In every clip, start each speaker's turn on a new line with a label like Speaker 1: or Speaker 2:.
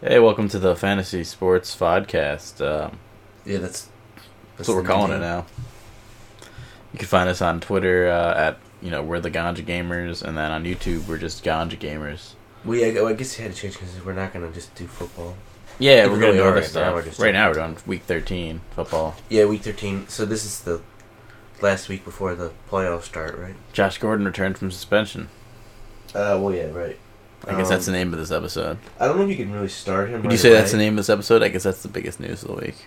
Speaker 1: Hey, welcome to the Fantasy Sports Podcast. Um,
Speaker 2: Yeah, that's
Speaker 1: that's what we're calling it now. You can find us on Twitter uh, at you know we're the Ganja Gamers, and then on YouTube we're just Ganja Gamers.
Speaker 2: We I, I guess you had to change because we're not gonna just do football.
Speaker 1: Yeah,
Speaker 2: If
Speaker 1: we're
Speaker 2: we're
Speaker 1: going to other
Speaker 2: gonna do it right now,
Speaker 1: stuff.
Speaker 2: we're just-
Speaker 1: right now we're on week thirteen football.
Speaker 2: Yeah, week thirteen. So this is the last week before the playoffs start, right?
Speaker 1: Josh Gordon returned from suspension.
Speaker 2: Uh, well, yeah, right.
Speaker 1: I guess
Speaker 2: Um,
Speaker 1: that's the name of this episode.
Speaker 2: I don't know if you can really start him.
Speaker 1: Would you say that's the name of this episode? I guess that's the biggest news of the week.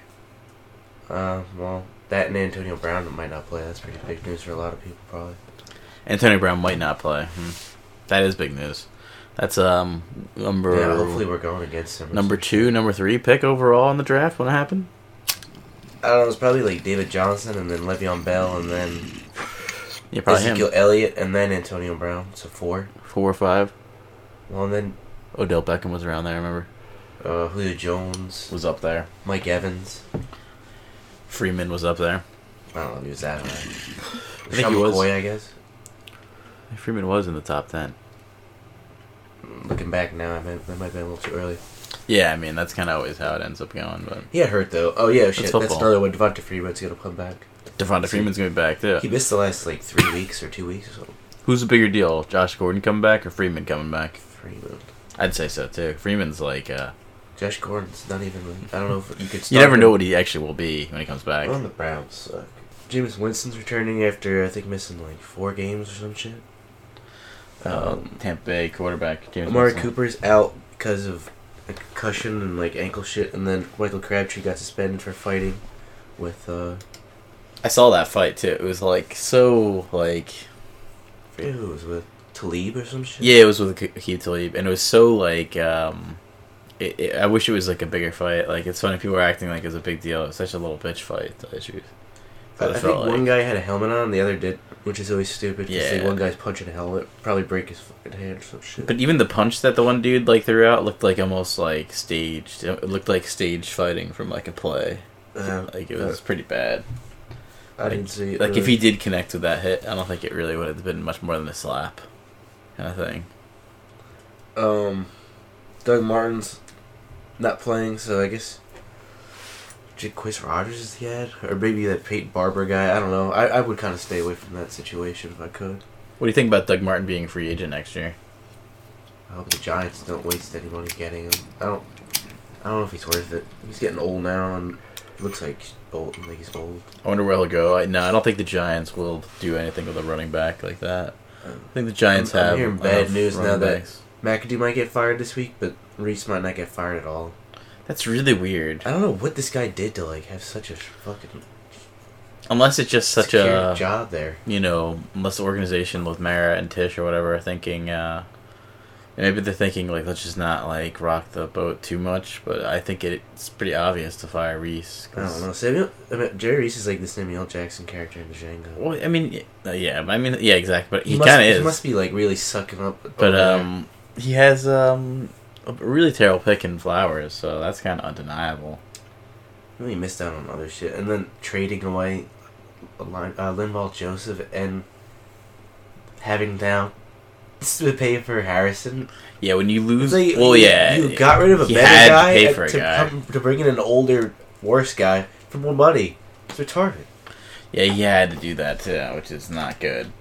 Speaker 2: Uh, well, that and Antonio Brown might not play. That's pretty big news for a lot of people, probably.
Speaker 1: Antonio Brown might not play. Hmm. That is big news. That's um number
Speaker 2: yeah, hopefully we're going against him. or
Speaker 1: number two, number three pick overall in the draft. When it happened,
Speaker 2: I don't know. It's probably like David Johnson and then Le'Veon Bell and then
Speaker 1: yeah, probably
Speaker 2: Ezekiel
Speaker 1: him
Speaker 2: Elliott and then Antonio Brown. So four.
Speaker 1: four or five.
Speaker 2: Well, and then
Speaker 1: Odell Beckham was around there. I remember
Speaker 2: uh, Julio Jones,
Speaker 1: was up there.
Speaker 2: Mike Evans.
Speaker 1: Freeman was up there.
Speaker 2: I don't know if he was that high. I
Speaker 1: think he was.
Speaker 2: McCoy, I guess.
Speaker 1: Freeman was in the top ten.
Speaker 2: Looking back now, I meant that might have been a little too early.
Speaker 1: Yeah, I mean that's kind of always how it ends up going. But
Speaker 2: He got hurt though. Oh yeah, shit. That's
Speaker 1: football.
Speaker 2: another one. Devonta Freeman's gonna come back.
Speaker 1: Devonta Freeman's gonna be back too.
Speaker 2: He missed the last like three weeks or two weeks or something.
Speaker 1: Who's the bigger deal, Josh Gordon coming back or Freeman coming back?
Speaker 2: Freeman.
Speaker 1: I'd say so too. Freeman's like uh,
Speaker 2: Josh Gordon's not even. I don't know if you could. Start
Speaker 1: you never
Speaker 2: him.
Speaker 1: know what he actually will be when he comes back.
Speaker 2: Well, the Browns suck. James Winston's returning after I think missing like four games or some shit.
Speaker 1: Uh,
Speaker 2: Um,
Speaker 1: Tampa Bay quarterback James
Speaker 2: Amari
Speaker 1: Winston.
Speaker 2: Cooper's out because of a concussion and like ankle shit, and then Michael Crabtree got suspended for fighting with uh,
Speaker 1: I saw that fight too. It was like so like
Speaker 2: I forget who it was with Talib or some shit.
Speaker 1: yeah, it was with Keith Talib, and it was so like um, it, it, I wish it was like a bigger fight. Like it's funny people were acting like it was a big deal. It was such a little bitch fight. To the truth.
Speaker 2: I, I
Speaker 1: But it
Speaker 2: think
Speaker 1: felt
Speaker 2: one
Speaker 1: like-
Speaker 2: guy had a helmet on, the other did, which is always stupid. Cause like,
Speaker 1: Yeah.
Speaker 2: one guy's punching a helmet, probably break his fucking hand or some shit.
Speaker 1: But even the punch that the one dude like threw out looked like almost like staged. It looked like stage fighting from like a play.
Speaker 2: Uh,
Speaker 1: Like it was pretty bad.
Speaker 2: I didn't see it.
Speaker 1: Like if
Speaker 2: really.
Speaker 1: he did connect with that hit, I don't think it really would have been much more than a slap kind of thing.
Speaker 2: Um, Doug Martin's not playing, so I guess Jaquizz Rogers is the ad, or maybe that Peyton Barber guy. I don't know. I, I would kind of stay away from that situation if I could.
Speaker 1: What do you think about Doug Martin being a free agent next year?
Speaker 2: I hope the Giants don't waste any money getting him. I don't. I don't know if he's worth it. He's getting old now, and looks like old. Like he's old.
Speaker 1: I wonder where he'll go. I, no, I don't think the Giants will do anything with a running back like that.
Speaker 2: Um,
Speaker 1: I think the Giants
Speaker 2: I'm- I'm
Speaker 1: have.
Speaker 2: hearing bad
Speaker 1: enough
Speaker 2: news
Speaker 1: running
Speaker 2: now that-
Speaker 1: backs.
Speaker 2: McAdoo might get fired this week, but Reese might not get fired at all.
Speaker 1: that's really weird.
Speaker 2: I don't know what this guy did to like have such a fucking
Speaker 1: Unless it's just such
Speaker 2: secure
Speaker 1: a
Speaker 2: job there.
Speaker 1: you know, unless the organization with Mara and Tish or whatever are thinking. uh Maybe they're thinking like let's just not like rock the boat too much, but I think it, it's pretty obvious to fire Reese.
Speaker 2: I
Speaker 1: 'cause-
Speaker 2: don't know. Samuel, I mean, Jerry Reese is like the Samuel L. Jackson character in Django.
Speaker 1: Well, I mean, y- yeah, I mean, yeah, exactly. But he,
Speaker 2: must-
Speaker 1: kind of
Speaker 2: He
Speaker 1: is.
Speaker 2: must be like really sucking up.
Speaker 1: but
Speaker 2: over there.
Speaker 1: um, he has um a really terrible pick in flowers, so that's kind of undeniable.
Speaker 2: really missed out on other shit, and then trading away a line, uh, Linval Joseph and having now to pay for Harrison.
Speaker 1: Yeah, when you lose,
Speaker 2: It's like,
Speaker 1: well,
Speaker 2: you-
Speaker 1: yeah,
Speaker 2: you got rid of a
Speaker 1: he
Speaker 2: better
Speaker 1: had to
Speaker 2: guy
Speaker 1: pay
Speaker 2: and-
Speaker 1: for a
Speaker 2: to
Speaker 1: guy.
Speaker 2: come to bring in an older, worse guy for more money. It's retarded.
Speaker 1: yeah, he had to do that too, which is not good.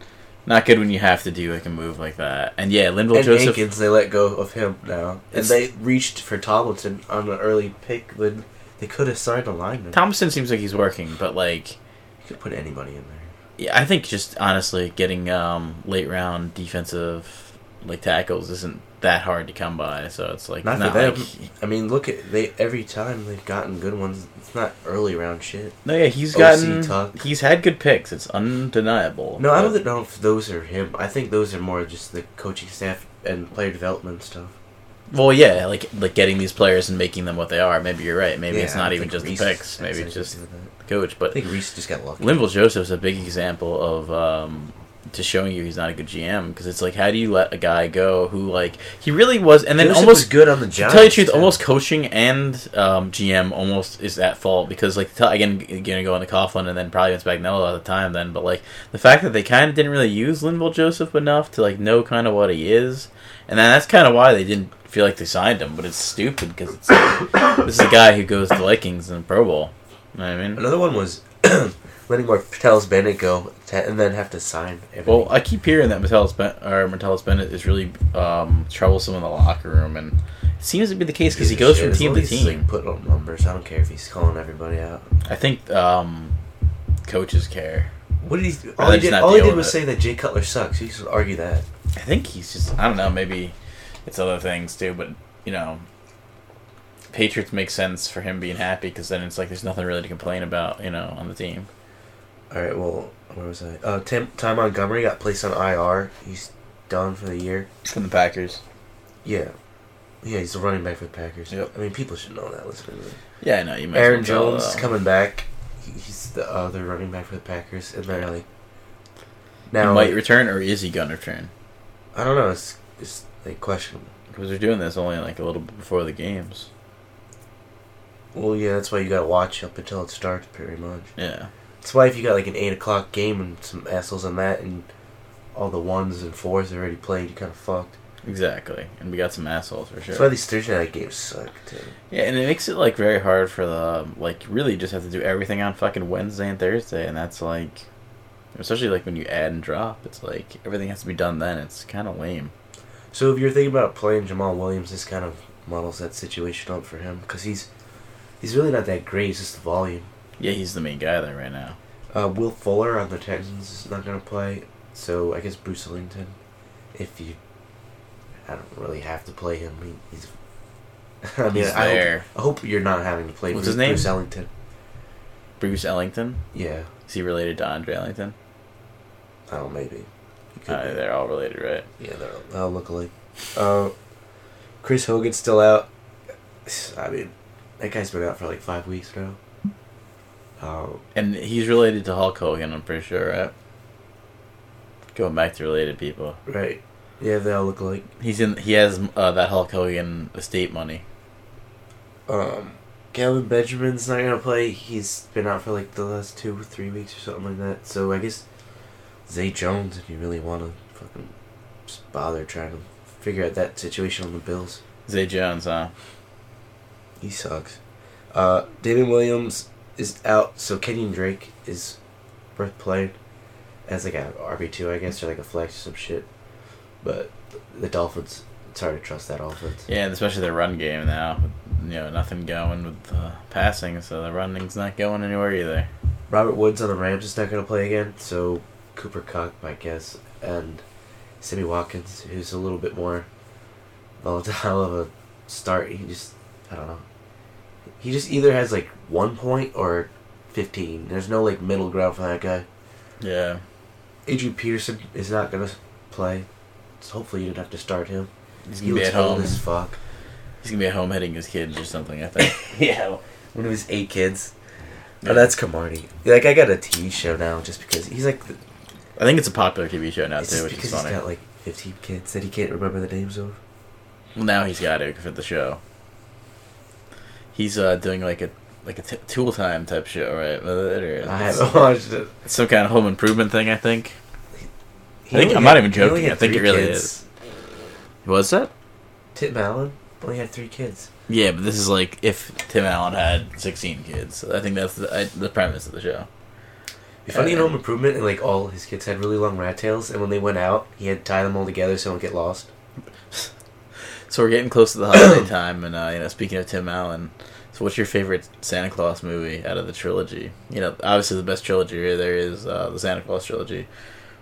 Speaker 1: Not good when you have to do like a move like that. And yeah, Linville
Speaker 2: and
Speaker 1: Joseph.
Speaker 2: Jenkins, they let go of him now, and
Speaker 1: It's-
Speaker 2: they reached for Tomlinson on an early pick when they could have signed a lineman.
Speaker 1: Thompson seems like he's working, but like,
Speaker 2: you could put anybody in there.
Speaker 1: yeah, I think just honestly getting um late round defensive like tackles isn't that hard to come by. So it's like
Speaker 2: Not,
Speaker 1: not
Speaker 2: for them.
Speaker 1: like
Speaker 2: I mean, look at they every time they've gotten good ones. It's not early round shit.
Speaker 1: No, yeah, he's
Speaker 2: OC
Speaker 1: gotten.
Speaker 2: Tuck.
Speaker 1: He's had good picks. It's undeniable.
Speaker 2: No, I
Speaker 1: but-
Speaker 2: don't know if those are him. I think those are more just the coaching staff and player development stuff.
Speaker 1: Well, yeah, like like getting these players and making them what they are. Maybe you're right. Maybe
Speaker 2: Yeah,
Speaker 1: it's
Speaker 2: I
Speaker 1: not
Speaker 2: don't
Speaker 1: even
Speaker 2: think
Speaker 1: just
Speaker 2: Reese
Speaker 1: the picks.
Speaker 2: has
Speaker 1: Maybe
Speaker 2: anything
Speaker 1: it's just
Speaker 2: to do with that.
Speaker 1: the coach.
Speaker 2: I
Speaker 1: But
Speaker 2: think Reese just got lucky.
Speaker 1: Linville Joseph's a big example of um, just showing you he's not a good GM because it's like how do you let a guy go who like he really was and then
Speaker 2: Joseph was
Speaker 1: almost
Speaker 2: good on the
Speaker 1: To
Speaker 2: job.
Speaker 1: tell you the truth, almost coaching and um, GM almost is at fault because, like, t- again, g- gonna go into Coughlin and then probably Vince Magnello at the time. Then, but like the fact that they kind of didn't really use Linville Joseph enough to like know kind of what he is, and then that's kind of why they didn't feel like they signed him. But it's stupid because it's this is a guy who goes to the Vikings in the Pro Bowl. You know what I mean,
Speaker 2: Another one was letting more Patel's Bennett go to, and then have to sign. Everything.
Speaker 1: well, I keep hearing that Metellus ben- or Metellus Bennett is really um, troublesome in the locker room, and it seems to be the case because he goes from
Speaker 2: As
Speaker 1: team
Speaker 2: long
Speaker 1: to
Speaker 2: as
Speaker 1: team.
Speaker 2: He's like putting up numbers. I don't care if he's calling everybody out.
Speaker 1: I think um, coaches care.
Speaker 2: What did he?
Speaker 1: they're
Speaker 2: All he
Speaker 1: just
Speaker 2: did,
Speaker 1: not
Speaker 2: all he
Speaker 1: dealing
Speaker 2: did was
Speaker 1: with it.
Speaker 2: say that Jay Cutler sucks. He should argue that.
Speaker 1: I think he's just I don't know, maybe it's other things too, but you know, Patriots make sense for him being happy because then it's like there's nothing really to complain about, you know, on the team.
Speaker 2: All right. Well, where was I? Uh, Tim, Ty Montgomery got placed on IR. He's done for the year.
Speaker 1: From the Packers.
Speaker 2: Yeah. Yeah, he's the running back for the Packers.
Speaker 1: Yep.
Speaker 2: I mean, people should know that. Listening, to this.
Speaker 1: Yeah, I know you might. as
Speaker 2: Aaron
Speaker 1: well tell,
Speaker 2: Jones
Speaker 1: uh,
Speaker 2: coming back. He- He's the other running back for the Packers, and they're like
Speaker 1: he
Speaker 2: now.
Speaker 1: might return or is he gonna return?
Speaker 2: I don't know. It's, it's like questionable.
Speaker 1: Because they're doing this only like a little bit before the games.
Speaker 2: Well, yeah, that's why you gotta watch up until it starts, pretty much.
Speaker 1: Yeah.
Speaker 2: That's why if you got like an eight o'clock game and some assholes on that, and all the ones and fours already played, you kind of fucked.
Speaker 1: Exactly. And we got some assholes for sure.
Speaker 2: That's why these Thursday night games suck too.
Speaker 1: Yeah, and it makes it like very hard for the like really you just have to do everything on fucking Wednesday and Thursday, and that's like, especially like when you add and drop, it's like everything has to be done then. It's kind of lame.
Speaker 2: So if you're thinking about playing Jamal Williams, this kind of models that situation up for him because he's he's really not that great. It's just the volume.
Speaker 1: Yeah, he's the main guy there right now.
Speaker 2: Uh, Will Fuller on the Texans is not going to play, so I guess Bruce Ellington. If you, I don't really have to play him. He, he's. I mean,
Speaker 1: he's
Speaker 2: I,
Speaker 1: there.
Speaker 2: Hope, I hope you're not having to play
Speaker 1: What's
Speaker 2: Bruce,
Speaker 1: his name?
Speaker 2: Bruce Ellington.
Speaker 1: Bruce Ellington.
Speaker 2: Yeah,
Speaker 1: Is he related to Andre Ellington?
Speaker 2: I don't know, maybe. He could
Speaker 1: Uh,
Speaker 2: be.
Speaker 1: they're all related, right?
Speaker 2: Yeah, they're all look alike. Uh, Chris Hogan's still out. I mean, that guy's been out for like five weeks now. Uh,
Speaker 1: And he's related to Hulk Hogan, I'm pretty sure, right? Going back to related people,
Speaker 2: right. Yeah, they all look alike.
Speaker 1: he's in. He has uh, that Hulk Hogan estate money.
Speaker 2: Um, Calvin Benjamin's not gonna play. He's been out for like the last two or three weeks or something like that. So I guess Zay Jones, if you really want to fucking just bother trying to figure out that situation on the Bills,
Speaker 1: Zay Jones, huh?
Speaker 2: he sucks. Uh, David Williams is out, so Kenyon Drake is worth playing as like a RB two, I guess, or like a flex or some shit. But the Dolphins, it's hard to trust that offense.
Speaker 1: Yeah, and especially their run game now. You know, nothing going with the passing, so the running's not going anywhere either.
Speaker 2: Robert Woods on the Rams is not going to play again, so Cooper Cup, I guess, and Sammy Watkins, who's a little bit more volatile of a start. He just, I don't know. He just either has like one point or 15. There's no like middle ground for that guy.
Speaker 1: Yeah.
Speaker 2: Adrian Peterson is not going to play, so hopefully you do not have to start him.
Speaker 1: He's
Speaker 2: He
Speaker 1: gonna be
Speaker 2: looks
Speaker 1: at
Speaker 2: old
Speaker 1: home.
Speaker 2: as fuck.
Speaker 1: He's gonna be at home hitting his kids or something, I think.
Speaker 2: yeah, one of his eight kids.
Speaker 1: Yeah.
Speaker 2: Oh, that's Camardi. Like, I got a TV show now just because he's like the,
Speaker 1: I think it's a popular TV show now
Speaker 2: It's
Speaker 1: too,
Speaker 2: just
Speaker 1: which is
Speaker 2: because
Speaker 1: funny.
Speaker 2: he's got like 15 kids that he can't remember the names of.
Speaker 1: well, now he's got it for the show. He's uh, doing like a like a t- tool time type show, right? With it, or
Speaker 2: I haven't watched it.
Speaker 1: some kind of home improvement thing, I think. I think- I'm not even joking. I think it really
Speaker 2: is.
Speaker 1: Was it?
Speaker 2: Tim Allen only had three kids.
Speaker 1: Yeah, but this is like if Tim Allen had 16 kids. So I think that's the, I, the premise of the show.
Speaker 2: Be funny in
Speaker 1: Uh,
Speaker 2: Home Improvement, and like all his kids had really long rat tails, and when they went out, he had to tie them all together so they don't get lost.
Speaker 1: So we're getting close to the holiday time, and uh, you know, speaking of Tim Allen, so what's your favorite Santa Claus movie out of the trilogy? You know, obviously the best trilogy there is uh, the Santa Claus trilogy.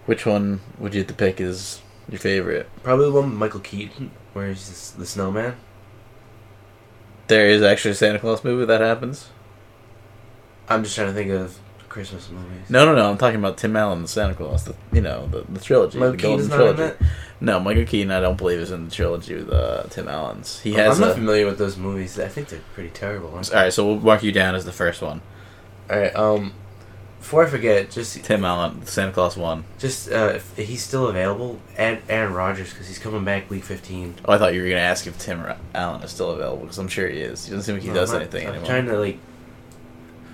Speaker 1: Which one would you have to pick is your favorite?
Speaker 2: Probably the one with Michael Keaton, where he's this, the snowman.
Speaker 1: There is actually a Santa Claus movie that happens.
Speaker 2: I'm just trying to think of Christmas movies.
Speaker 1: No, no, no. I'm talking about Tim Allen and Santa Claus. The, you know, the, the trilogy.
Speaker 2: Michael
Speaker 1: the
Speaker 2: Keaton's
Speaker 1: Golden
Speaker 2: not in
Speaker 1: trilogy.
Speaker 2: that.
Speaker 1: No, Michael Keaton. I don't believe is in the trilogy with uh, Tim Allen's. He
Speaker 2: I'm
Speaker 1: has.
Speaker 2: not
Speaker 1: a-
Speaker 2: familiar with those movies. I think they're pretty terrible. All
Speaker 1: all right, so we'll mark you down as the first one.
Speaker 2: right. Um, before I forget, just
Speaker 1: Tim Allen, Santa Claus one.
Speaker 2: Just uh, if he's still available, add Aaron Rodgers because he's coming back week fifteen.
Speaker 1: Oh, I thought you were going to ask if Tim Ra- Allen is still available because I'm sure he is. He doesn't seem like he
Speaker 2: No,
Speaker 1: does
Speaker 2: I'm not-
Speaker 1: anything
Speaker 2: I'm
Speaker 1: anymore.
Speaker 2: Trying to like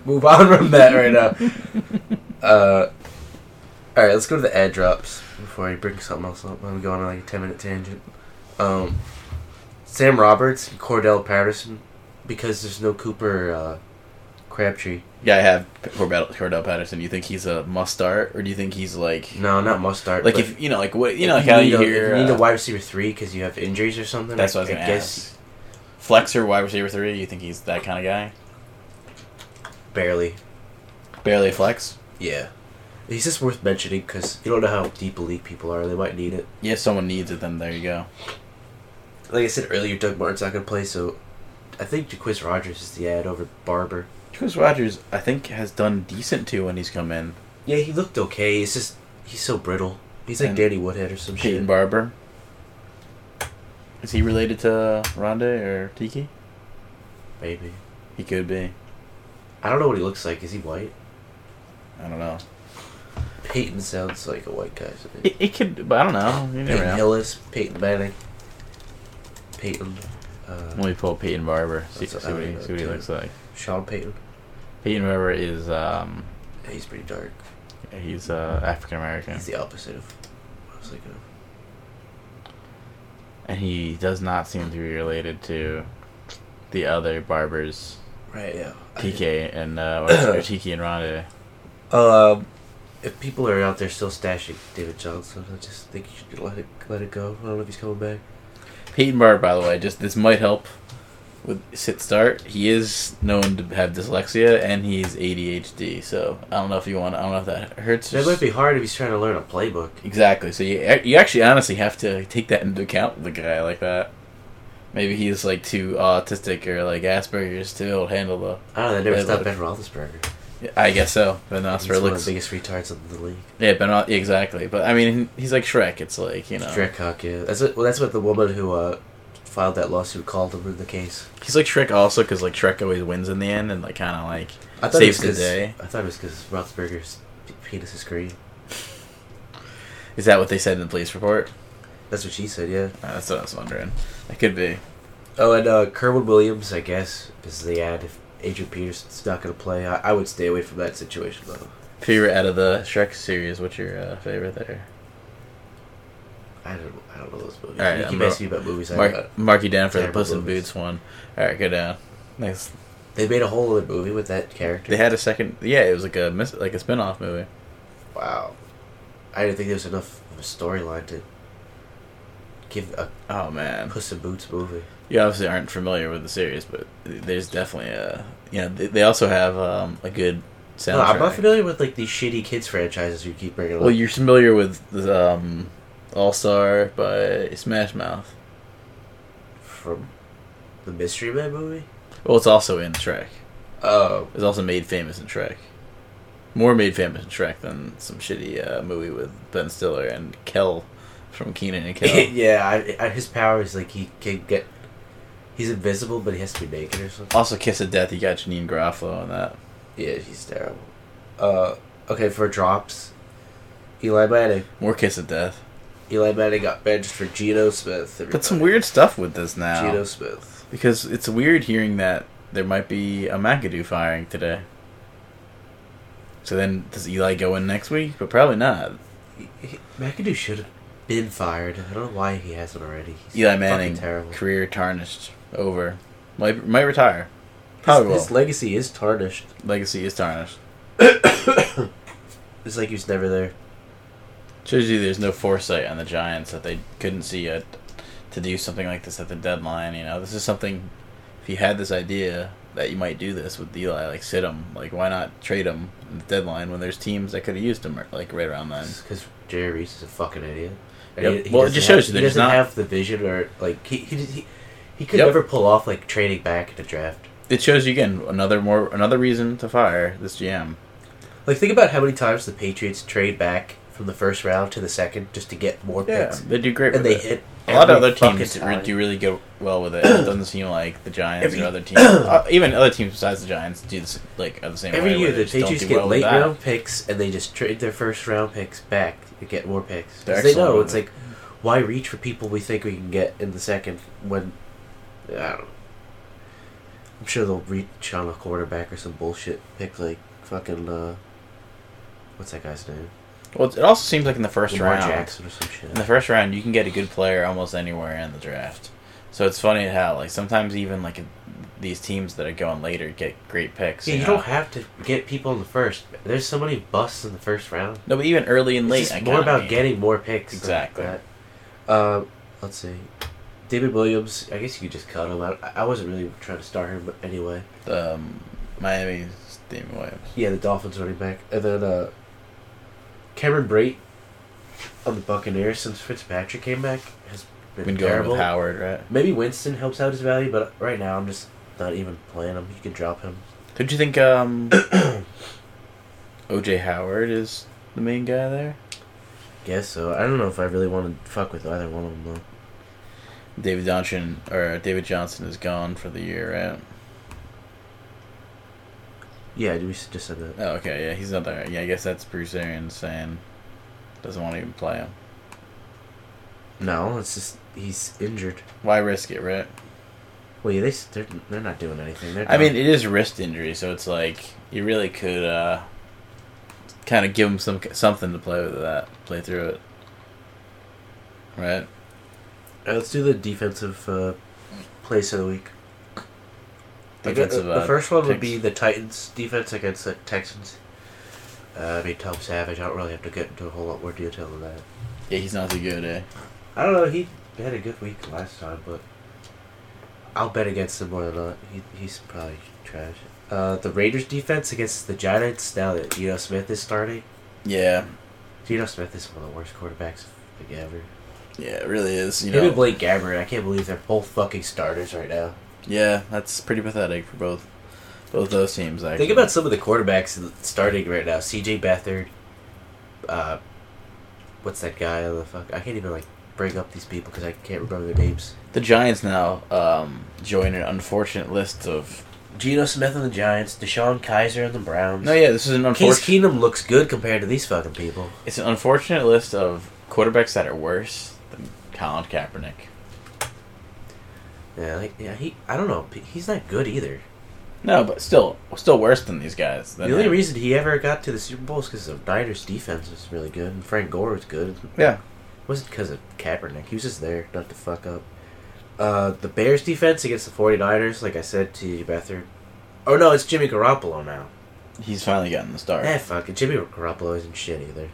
Speaker 2: move on from that right now. uh, all right, let's go to the ad drops before I bring something else up. I'm going on like a ten minute tangent. Um, Sam Roberts and Cordell Patterson because there's no Cooper uh, Crabtree.
Speaker 1: Yeah, I have Cordell, Cordell Patterson. You think he's a must start, or do you think he's like
Speaker 2: No, not must start.
Speaker 1: like
Speaker 2: but
Speaker 1: if you know like what you know
Speaker 2: if
Speaker 1: like how
Speaker 2: need
Speaker 1: you
Speaker 2: a-
Speaker 1: hear
Speaker 2: if you need
Speaker 1: uh,
Speaker 2: a wide receiver three because you have injuries or something.
Speaker 1: That's what I was gonna flex or wide receiver three? You think he's that kind of guy?
Speaker 2: Barely.
Speaker 1: Barely a flex.
Speaker 2: Yeah. He's just worth mentioning because you don't know how deep a league people are. They might need it.
Speaker 1: Yeah, if someone needs it, then there you go.
Speaker 2: Like I said earlier, Doug Martin's not going to play, so I think Jaquiz Rogers is the ad over Barber.
Speaker 1: Chris Rogers, I think, has done decent too when he's come in.
Speaker 2: Yeah, he looked okay. It's just he's so brittle. He's like
Speaker 1: And
Speaker 2: Danny Woodhead or some
Speaker 1: Peyton
Speaker 2: shit.
Speaker 1: Barber. Is he related to Rondé or Tiki?
Speaker 2: Maybe.
Speaker 1: He could be.
Speaker 2: I don't know what he looks like. Is he white?
Speaker 1: I don't know.
Speaker 2: Peyton sounds like a white guy. So
Speaker 1: It, it could, but I don't know. You never
Speaker 2: Peyton
Speaker 1: know.
Speaker 2: Hillis, Peyton Manning, Peyton, uh,
Speaker 1: Let me pull Peyton Barber. See,
Speaker 2: That's-
Speaker 1: see what
Speaker 2: I
Speaker 1: he
Speaker 2: don't
Speaker 1: see what he
Speaker 2: know,
Speaker 1: looks like.
Speaker 2: Sean Peyton.
Speaker 1: Peyton Barber is um
Speaker 2: Yeah, he's pretty dark.
Speaker 1: he's uh African American
Speaker 2: He's the opposite of what I was thinking of.
Speaker 1: and he does not seem to be related to the other Barbers
Speaker 2: Right, yeah. I-
Speaker 1: TK and uh or, or Tiki and Rhonda.
Speaker 2: Um, if people are out there still stashing David Johnson, I just think you should let it let it go. I don't know if he's coming back.
Speaker 1: Peyton Barber, by the way, just this might help with sit start. He is known to have dyslexia and he's ADHD, so I don't know if you want. I don't know if that hurts.
Speaker 2: That might be hard if he's trying to learn a playbook.
Speaker 1: Exactly. So you you actually honestly have to take that into account with a guy like that. Maybe he's like too autistic or like Asperger's to be able to handle the.
Speaker 2: I don't know. They never
Speaker 1: Playbook.
Speaker 2: stopped Ben Roethlisberger.
Speaker 1: I guess so. Ben
Speaker 2: He's one of
Speaker 1: Osberg
Speaker 2: the
Speaker 1: looks.
Speaker 2: biggest retards in the league.
Speaker 1: Yeah, Ben. Ros- Exactly. But I mean, he's like Shrek. It's like you know.
Speaker 2: Shrek Hawk, yeah. That's what, well, that's what the woman who uh, filed that lawsuit called him in the case.
Speaker 1: He's like Shrek also because like Shrek always wins in the end and like kind of like
Speaker 2: I
Speaker 1: Saves
Speaker 2: it was 'cause-
Speaker 1: the day.
Speaker 2: I thought it was because Roethlisberger's p- penis is green.
Speaker 1: is that what they said in the police report?
Speaker 2: That's what she said, yeah.
Speaker 1: Uh, that's what I was wondering. It could be.
Speaker 2: Oh, and uh, Kerwin Williams, I guess, is the ad. If Adrian Peterson's not going to play, I, I would stay away from that situation, though.
Speaker 1: Favorite out of the Shrek series? What's your uh, favorite there?
Speaker 2: I don't, I don't know those movies.
Speaker 1: All right,
Speaker 2: you
Speaker 1: I'm
Speaker 2: keep asking me about movies. I don't know.
Speaker 1: Mark, mark you down for the
Speaker 2: Terrible
Speaker 1: Puss in
Speaker 2: movies.
Speaker 1: Boots one. All right, go down. Next,
Speaker 2: They made a whole other movie with that character.
Speaker 1: they had a second. Yeah, it was like a mis- like a spin off movie.
Speaker 2: wow. I didn't think there was enough of a storyline to give a
Speaker 1: Oh man,
Speaker 2: Puss in Boots movie.
Speaker 1: you obviously aren't familiar with the series, but there's definitely a you know they, they also have um, a good soundtrack.
Speaker 2: No, I'm not familiar with like these shitty kids franchises you keep bringing up.
Speaker 1: Well, you're familiar with the, um, All Star by Smash Mouth.
Speaker 2: from the Mystery Man movie.
Speaker 1: Well, it's also in Shrek.
Speaker 2: Oh,
Speaker 1: It's also made famous in Shrek. More made famous in Shrek than some shitty uh, movie with Ben Stiller and Kel from Keenan and Kel.
Speaker 2: yeah. I, I, his power is like he can get. He's invisible, but he has to be naked or something.
Speaker 1: also, Kiss of Death. You got Janine Garofalo on that.
Speaker 2: Yeah, he's terrible. Uh, okay, for drops, Eli Manning.
Speaker 1: More Kiss of Death.
Speaker 2: Eli Manning got benched for Geno Smith.
Speaker 1: Got some
Speaker 2: everybody.
Speaker 1: weird stuff with this now
Speaker 2: Geno Smith.
Speaker 1: because it's weird hearing that there might be a McAdoo firing today. So then, does Eli go in next week? But probably not.
Speaker 2: He- he- McAdoo should have been fired. I don't know why he hasn't already. He's
Speaker 1: Eli
Speaker 2: fucking
Speaker 1: Manning
Speaker 2: terrible.
Speaker 1: career tarnished. Over. Might might retire. Probably
Speaker 2: his, his
Speaker 1: will.
Speaker 2: legacy is tarnished.
Speaker 1: Legacy is tarnished.
Speaker 2: It's like he was never there.
Speaker 1: Shows you there's no foresight on the Giants that they couldn't see it to do something like this at the deadline. You know, this is something. If you had this idea that you might do this with Eli, like sit him, like why not trade him at the deadline when there's teams that could have used him like right around then.
Speaker 2: Because Jerry Reese is a fucking idiot. And
Speaker 1: Yep. Well, it
Speaker 2: doesn't
Speaker 1: just
Speaker 2: have-
Speaker 1: shows you
Speaker 2: he
Speaker 1: there's
Speaker 2: doesn't
Speaker 1: not-
Speaker 2: have the vision or like he he he, he could
Speaker 1: Yep.
Speaker 2: never pull off like trading back in the draft.
Speaker 1: It shows you again another more another reason to fire this GM.
Speaker 2: Like think about how many times the Patriots trade back from the first round to the second just to get more picks,
Speaker 1: they do great.
Speaker 2: and
Speaker 1: with
Speaker 2: they
Speaker 1: it.
Speaker 2: hit
Speaker 1: A lot of
Speaker 2: every
Speaker 1: other teams
Speaker 2: fucking
Speaker 1: re-
Speaker 2: time.
Speaker 1: do really go well with it. It doesn't seem like the Giants
Speaker 2: Every-
Speaker 1: or other teams, uh, even other teams besides the Giants, do this like are the same. way,
Speaker 2: Every
Speaker 1: where
Speaker 2: year,
Speaker 1: they
Speaker 2: the
Speaker 1: just don't
Speaker 2: Patriots
Speaker 1: do
Speaker 2: get
Speaker 1: well with
Speaker 2: late
Speaker 1: that.
Speaker 2: round picks, and they just trade their first round picks back to get more picks.
Speaker 1: They're
Speaker 2: 'Cause They
Speaker 1: excellent
Speaker 2: know
Speaker 1: with
Speaker 2: it's
Speaker 1: it.
Speaker 2: like, why reach for people we think we can get in the second when I don't. know. I'm sure they'll reach on a quarterback or some bullshit pick like fucking uh, what's that guy's name?
Speaker 1: Well, it also seems like in the first
Speaker 2: Lamar
Speaker 1: round,
Speaker 2: Jackson or some shit.
Speaker 1: in the first round, you can get a good player almost anywhere in the draft. So it's funny how like sometimes even like these teams that are going later get great picks.
Speaker 2: yeah,
Speaker 1: you
Speaker 2: you
Speaker 1: know?
Speaker 2: don't have to get people in the first. There's so many busts in the first round.
Speaker 1: No, but even early and late,
Speaker 2: It's
Speaker 1: I
Speaker 2: just more
Speaker 1: kinda
Speaker 2: about
Speaker 1: mean-
Speaker 2: getting more picks. than
Speaker 1: Exactly.
Speaker 2: that. Uh, let's see. David Williams. I guess you could just cut him. I, I wasn't really trying to start him, but anyway.
Speaker 1: um, Miami's Damon Williams.
Speaker 2: Yeah, the Dolphins running back, and then uh, Cameron Brate on the Buccaneers since Fitzpatrick came back has been,
Speaker 1: Been going
Speaker 2: terrible.
Speaker 1: with Howard, right?
Speaker 2: Maybe Winston helps out his value, but right now I'm just not even playing him. You can drop him.
Speaker 1: Don't you think um, OJ Howard is the main guy there?
Speaker 2: Guess so. I don't know if I really want to fuck with either one of them though.
Speaker 1: David Johnson or David Johnson is gone for the year, right?
Speaker 2: Yeah, we s- just said that.
Speaker 1: Oh, okay, yeah, he's not there. Yeah, I guess that's Bruce Arians saying doesn't want to even play him.
Speaker 2: No, it's just he's injured.
Speaker 1: Why risk it, right?
Speaker 2: Well, yeah, they s- they're, they're not doing anything. They're
Speaker 1: I mean,
Speaker 2: done.
Speaker 1: it is wrist injury, so it's like you really could uh, kind of give him some something to play with that, play through it, right?
Speaker 2: Uh, let's do the defensive uh, place of the week. I guess
Speaker 1: Defensive,
Speaker 2: the,
Speaker 1: uh,
Speaker 2: the first one
Speaker 1: picks.
Speaker 2: would be the Titans defense against the Texans. Uh, I mean, Tom Savage. I don't really have to get into a whole lot more detail than that.
Speaker 1: Yeah, he's not too good, eh?
Speaker 2: I don't know. He had a good week last time, but I'll bet against him more than not. He, he's probably trash. Uh, the Raiders defense against the Giants. Now that Geno Smith is starting,
Speaker 1: Yeah,
Speaker 2: Geno Smith is one of the worst quarterbacks like ever.
Speaker 1: yeah, it really is. You
Speaker 2: Him
Speaker 1: know,
Speaker 2: and Blake Gabbert. I can't believe they're both fucking starters right now.
Speaker 1: yeah, that's pretty pathetic for both both those teams. Actually,
Speaker 2: Think about some of the quarterbacks starting right now. C.J. Beathard. Uh, what's that guy? on The fuck, I can't even like bring up these people because I can't remember their names.
Speaker 1: the Giants now um, join an unfortunate list of.
Speaker 2: Geno Smith on the Giants. Deshaun Kaiser on the Browns.
Speaker 1: No, yeah, this is an
Speaker 2: Case
Speaker 1: unfortunate.
Speaker 2: Keenum looks good compared to these fucking people.
Speaker 1: It's an unfortunate list of quarterbacks that are worse than Colin Kaepernick.
Speaker 2: Yeah, like yeah, he. I don't know. He's not good either.
Speaker 1: No, but still, still worse than these guys. than
Speaker 2: the only
Speaker 1: him.
Speaker 2: reason he ever got to the Super Bowl is because the Niners' defense was really good and Frank Gore was good.
Speaker 1: Yeah.
Speaker 2: wasn't because of Kaepernick. He was just there, not to fuck up. Uh, the Bears defense against the 49ers, like I said to Bethard. Oh no, it's Jimmy Garoppolo now.
Speaker 1: He's finally gotten the start.
Speaker 2: Eh, fuck it. Jimmy Garoppolo isn't shit either.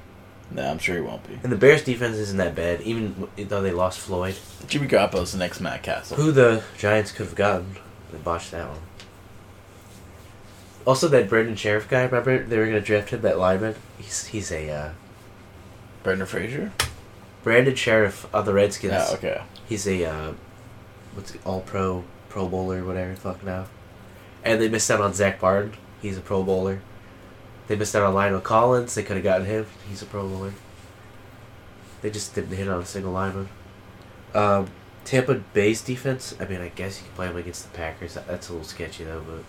Speaker 1: No, I'm sure he won't be.
Speaker 2: And the Bears defense isn't that bad, even w- though they lost Floyd,
Speaker 1: Jimmy Garoppolo's the next Matt Castle.
Speaker 2: who the Giants could have gotten. They botched that one. Also, that Brendan Sheriff guy, remember they were gonna draft him, that lineman. He's he's a uh,
Speaker 1: Brendan Fraser?
Speaker 2: Brandon Sheriff of the Redskins.
Speaker 1: Oh, okay.
Speaker 2: He's a uh, what's it, all pro pro bowler, whatever the fuck now. And they missed out on Zach Barton. He's a pro bowler. They missed out on Lionel Collins. They could have gotten him. He's a pro bowler. They just didn't hit on a single lineman. Um, Tampa Bay's defense. I mean, I guess you can play them against the Packers. That- That's a little sketchy though, but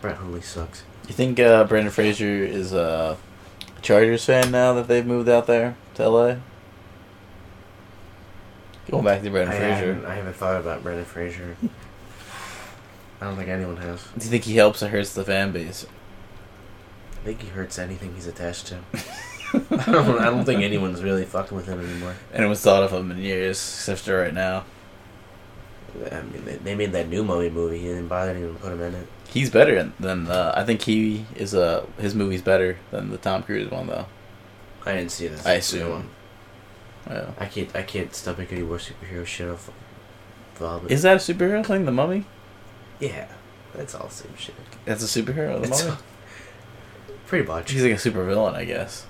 Speaker 2: Brett Hundley sucks.
Speaker 1: You think uh, Brendan Fraser is a Chargers fan now that they've moved out there to LA? Going back to
Speaker 2: I
Speaker 1: Brendan
Speaker 2: haven't,
Speaker 1: Fraser.
Speaker 2: I haven't thought about Brendan Fraser. I don't think anyone has.
Speaker 1: Do you think he helps or hurts the fan base?
Speaker 2: I think he hurts anything he's attached to. I don't, I don't think anyone's really fucking with him anymore.
Speaker 1: Anyone's thought of him in years, except for right now.
Speaker 2: I mean, they, they made that new mummy movie. He didn't bother to even put him in it.
Speaker 1: He's better than uh, I think he is. Uh, his movie's better than the Tom Cruise one, though.
Speaker 2: I didn't see this.
Speaker 1: I assume. Yeah.
Speaker 2: I can't. I can't stomach any more superhero shit. I'll vomit.
Speaker 1: Is that a superhero thing? The Mummy?
Speaker 2: yeah, that's all the same shit.
Speaker 1: That's a superhero. The
Speaker 2: It's
Speaker 1: Mummy.
Speaker 2: all- pretty much.
Speaker 1: He's like a supervillain, I guess.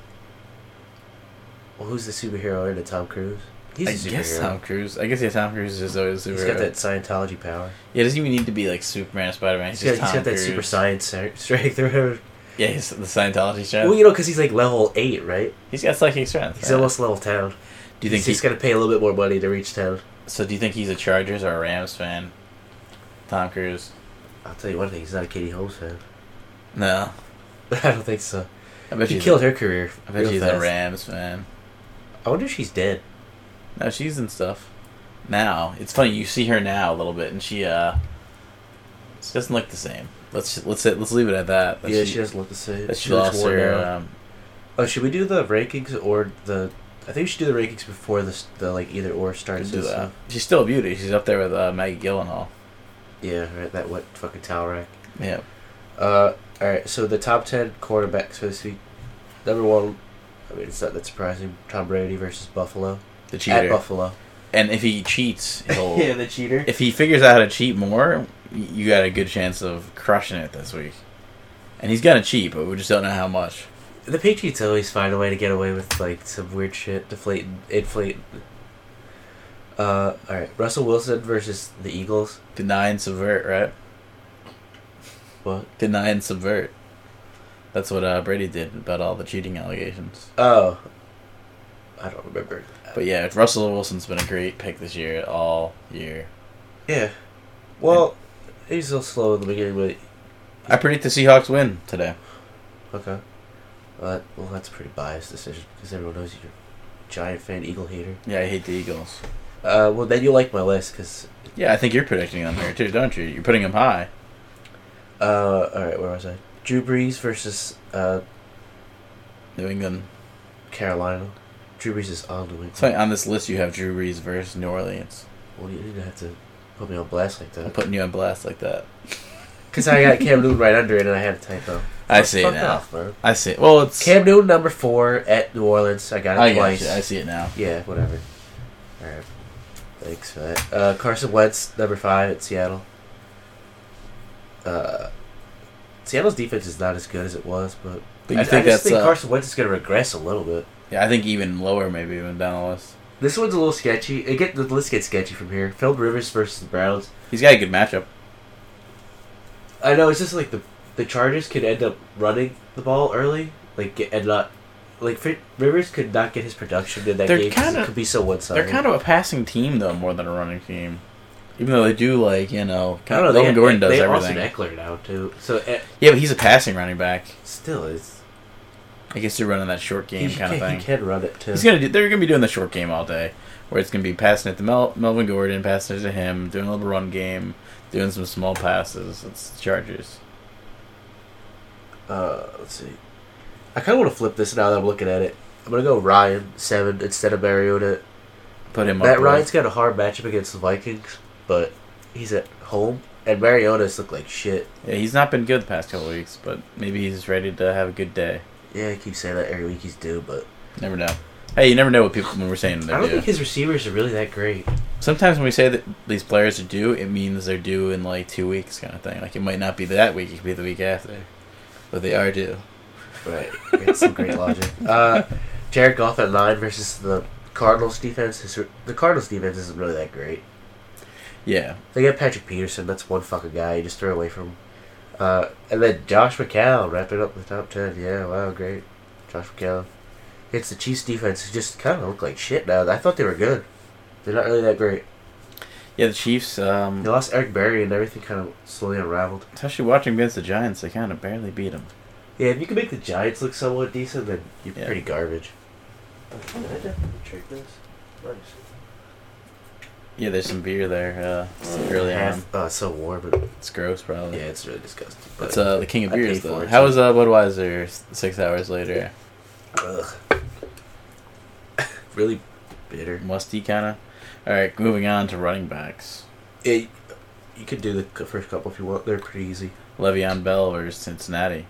Speaker 2: well, who's the superhero into Tom Cruise? He's
Speaker 1: I
Speaker 2: a superhero.
Speaker 1: guess Tom Cruise. I guess yeah, Tom Cruise is always a superhero.
Speaker 2: He's got that Scientology power.
Speaker 1: Yeah, it doesn't even need to be like Superman or Spider Man. He's
Speaker 2: he's
Speaker 1: just
Speaker 2: got, he's
Speaker 1: Tom
Speaker 2: got that
Speaker 1: Cruise.
Speaker 2: super science ser- strength or whatever.
Speaker 1: Yeah, he's the Scientology strength.
Speaker 2: Well, you know, because he's like level eight, right?
Speaker 1: he's got psychic strength.
Speaker 2: He's
Speaker 1: right?
Speaker 2: almost level town.
Speaker 1: Do you think
Speaker 2: he's
Speaker 1: he's
Speaker 2: just got to pay a little bit more money to reach town?
Speaker 1: so? Do you think he's a Chargers or a Rams fan? Tom Cruise.
Speaker 2: I'll tell you one thing, he's not a Katie Holmes fan.
Speaker 1: No,
Speaker 2: I don't think so.
Speaker 1: I bet
Speaker 2: He
Speaker 1: he's
Speaker 2: killed her career.
Speaker 1: A, I bet
Speaker 2: real
Speaker 1: he's a
Speaker 2: fast.
Speaker 1: Rams fan.
Speaker 2: I wonder if she's dead.
Speaker 1: No, she's in stuff. Now it's funny you see her now a little bit, and she uh, she doesn't look the same. Let's let's let's leave it at that. that
Speaker 2: yeah, she, doesn't look the same.
Speaker 1: that she lost
Speaker 2: looks worn
Speaker 1: her
Speaker 2: out.
Speaker 1: um,
Speaker 2: Oh, should we do the rankings or the? I think we should do the rankings before the s- the like either or starts.
Speaker 1: Do
Speaker 2: and
Speaker 1: that.
Speaker 2: stuff.
Speaker 1: uh, She's still a beauty. She's up there with uh, Maggie Gyllenhaal.
Speaker 2: Yeah, right. That wet fucking towel rack.
Speaker 1: Yeah.
Speaker 2: Uh, all right. So the top ten quarterbacks for this week. Number one. I mean, it's not that surprising. Tom Brady versus Buffalo.
Speaker 1: The
Speaker 2: At
Speaker 1: cheater.
Speaker 2: Buffalo.
Speaker 1: and if he cheats, he'll.
Speaker 2: yeah, the cheater.
Speaker 1: If he figures out how to cheat more, y- you got a good chance of crushing it this week. And he's gonna cheat, but we just don't know how much.
Speaker 2: The Patriots always find a way to get away with like some weird shit, deflate, inflate. Uh, all right, Russell Wilson versus the Eagles.
Speaker 1: Deny and subvert, right?
Speaker 2: What?
Speaker 1: Deny and subvert. That's what uh, Brady did about all the cheating allegations.
Speaker 2: Oh, I don't remember.
Speaker 1: But yeah, Russell Wilson's been a great pick this year, all year.
Speaker 2: Yeah, well, he's a little slow in the beginning, but
Speaker 1: I predict the Seahawks win today.
Speaker 2: okay. Well, that, well that's a pretty biased decision because everyone knows you're a giant fan, Eagle hater.
Speaker 1: Yeah, I hate the Eagles.
Speaker 2: Uh, well then you like my list because.
Speaker 1: Yeah, I think you're predicting them here too, don't you? You're putting them high.
Speaker 2: Uh, all right, where was I? Drew Brees versus uh
Speaker 1: New England.
Speaker 2: Carolina. Drew Brees is on the win.
Speaker 1: It's funny, on this list you have Drew Brees versus New Orleans.
Speaker 2: Well, you didn't have to put me on blast like
Speaker 1: I'm
Speaker 2: that.
Speaker 1: putting you on blast like that.
Speaker 2: Because I got Cam Newton right under it, and I had a typo.
Speaker 1: I
Speaker 2: Fuck-
Speaker 1: see
Speaker 2: fuck
Speaker 1: it now.
Speaker 2: off, bro.
Speaker 1: I see. It. Well, it's
Speaker 2: Cam Newton number four at New Orleans. I got it
Speaker 1: I
Speaker 2: twice.
Speaker 1: got you. I see it now.
Speaker 2: Yeah, whatever. All right. Thanks for that. Uh, Carson Wentz number five at Seattle. Uh, Seattle's defense is not as good as it was, but,
Speaker 1: But you
Speaker 2: I,
Speaker 1: think
Speaker 2: I
Speaker 1: that's
Speaker 2: just think
Speaker 1: uh,
Speaker 2: Carson Wentz is going to regress a little bit.
Speaker 1: yeah? I think even lower, maybe even down the list.
Speaker 2: This one's a little sketchy. It get the list gets sketchy from here. Phil Rivers versus the Browns.
Speaker 1: He's got a good matchup.
Speaker 2: I know it's just like the the Chargers could end up running the ball early, like get- and not like Fr- Rivers could not get his production in that
Speaker 1: They're
Speaker 2: game 'cause
Speaker 1: kinda-
Speaker 2: it could be so one sided.
Speaker 1: They're kind of a passing team though, more than a running team. Even though they do like you know, kind
Speaker 2: I don't know.
Speaker 1: of
Speaker 2: They,
Speaker 1: Melvin
Speaker 2: have-
Speaker 1: Gordon
Speaker 2: they
Speaker 1: does
Speaker 2: have
Speaker 1: everything.
Speaker 2: Austin Eckler now too, so eh,
Speaker 1: Yeah, but he's a passing running back.
Speaker 2: still it's
Speaker 1: I guess you're running that short
Speaker 2: he,
Speaker 1: game kind
Speaker 2: can,
Speaker 1: of thing.
Speaker 2: he can run it too.
Speaker 1: He's gonna do, they're gonna be doing the short game all day, where it's gonna be passing it to Mel, Melvin Gordon, passing it to him, doing a little run game, doing some small passes. It's the Chargers.
Speaker 2: Uh, let's see. I kind of want to flip this now that I'm looking at it. I'm gonna go Ryan seven instead of Mariota.
Speaker 1: Put him
Speaker 2: Matt
Speaker 1: up. there.
Speaker 2: Ryan's got a hard matchup against the Vikings, but he's at home, and Mariota's looked like shit.
Speaker 1: Yeah, he's not been good the past couple weeks, but maybe he's ready to have a good day.
Speaker 2: Yeah, I keep saying that every week he's due, but
Speaker 1: Never know. Hey, you never know what people when we're saying
Speaker 2: I
Speaker 1: they're
Speaker 2: don't
Speaker 1: due.
Speaker 2: think his receivers are really that great.
Speaker 1: Sometimes when we say that these players are due, it means they're due in like two weeks, kind of thing. Like it might not be that week; it could be the week after, but they are due.
Speaker 2: Right. It's some great logic. Uh, Jared Goff at nine versus the Cardinals defense. Is, the Cardinals defense isn't really that great.
Speaker 1: Yeah,
Speaker 2: They got Patrick Peterson. That's one fucking guy you just throw away from. Uh, and then Josh McCown wrapping up the top ten. Yeah, wow, great. Josh McCown. It's the Chiefs defense who just kind of look like shit now. I thought they were good. They're not really that great.
Speaker 1: yeah. The Chiefs, um,
Speaker 2: They lost Eric Berry and everything kind of slowly unraveled.
Speaker 1: especially watching against the Giants, they kind of barely beat them.
Speaker 2: Yeah, if you can make the Giants look somewhat decent, then you're
Speaker 1: Yeah.
Speaker 2: pretty garbage. Did I definitely trick this? Nice.
Speaker 1: Yeah, there's some beer there. Uh, it's early on,
Speaker 2: Half, uh, it's so warm, but
Speaker 1: it's gross, probably.
Speaker 2: yeah, it's really disgusting. But
Speaker 1: It's uh, the king of
Speaker 2: I paid
Speaker 1: beers,
Speaker 2: for
Speaker 1: though.
Speaker 2: it,
Speaker 1: How
Speaker 2: so-
Speaker 1: was uh, Budweiser s- six hours later?
Speaker 2: ugh.
Speaker 1: uh,
Speaker 2: really bitter.
Speaker 1: Musty, kind of. All right, moving on to running backs.
Speaker 2: It, you could do the c- first couple if you want. They're pretty easy.
Speaker 1: Le'Veon Bell versus Cincinnati.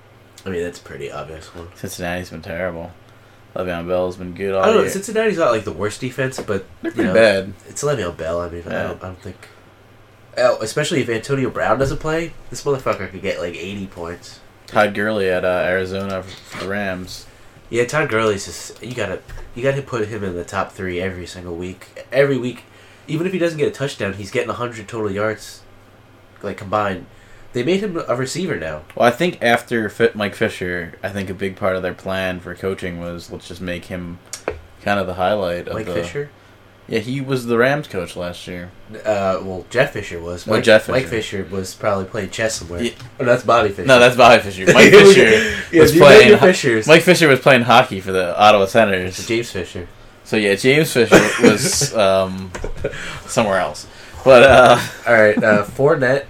Speaker 2: I mean, that's a pretty obvious one.
Speaker 1: Cincinnati's been terrible. Le'Veon Bell's been good all
Speaker 2: I don't know.
Speaker 1: year.
Speaker 2: Cincinnati's not like the worst defense, but
Speaker 1: Oh, They're
Speaker 2: you
Speaker 1: pretty
Speaker 2: know,
Speaker 1: bad.
Speaker 2: It's Le'Veon Bell. I mean, I,
Speaker 1: Yeah.
Speaker 2: don't, I don't think. Oh, especially if Antonio Brown doesn't play, this motherfucker could get like eighty points.
Speaker 1: Todd Gurley at uh, Arizona for the Rams.
Speaker 2: Yeah, Todd Gurley's just you gotta you gotta put him in the top three every single week. Every week, even if he doesn't get a touchdown, he's getting hundred total yards, like combined. They made him a receiver now.
Speaker 1: Well, I think after Fi Mike Fisher, I think a big part of their plan for coaching was let's just make him kind of the highlight of uh,
Speaker 2: Mike
Speaker 1: the.
Speaker 2: Fisher.
Speaker 1: Yeah, he was the Rams coach last year.
Speaker 2: Uh, well, Jeff Fisher was.
Speaker 1: Well,
Speaker 2: Mike,
Speaker 1: Jeff
Speaker 2: Mike
Speaker 1: Fisher.
Speaker 2: Fisher was probably playing chess somewhere.
Speaker 1: Yeah.
Speaker 2: Oh, that's Bobby Fisher.
Speaker 1: No, that's Bobby Fisher. Mike Fisher
Speaker 2: Yeah,
Speaker 1: was
Speaker 2: you named
Speaker 1: playing.
Speaker 2: your Fishers.
Speaker 1: Mike Fisher was playing hockey for the Ottawa Senators.
Speaker 2: James Fisher.
Speaker 1: So yeah, James Fisher was um, somewhere else, but uh,
Speaker 2: All right, uh, Fournette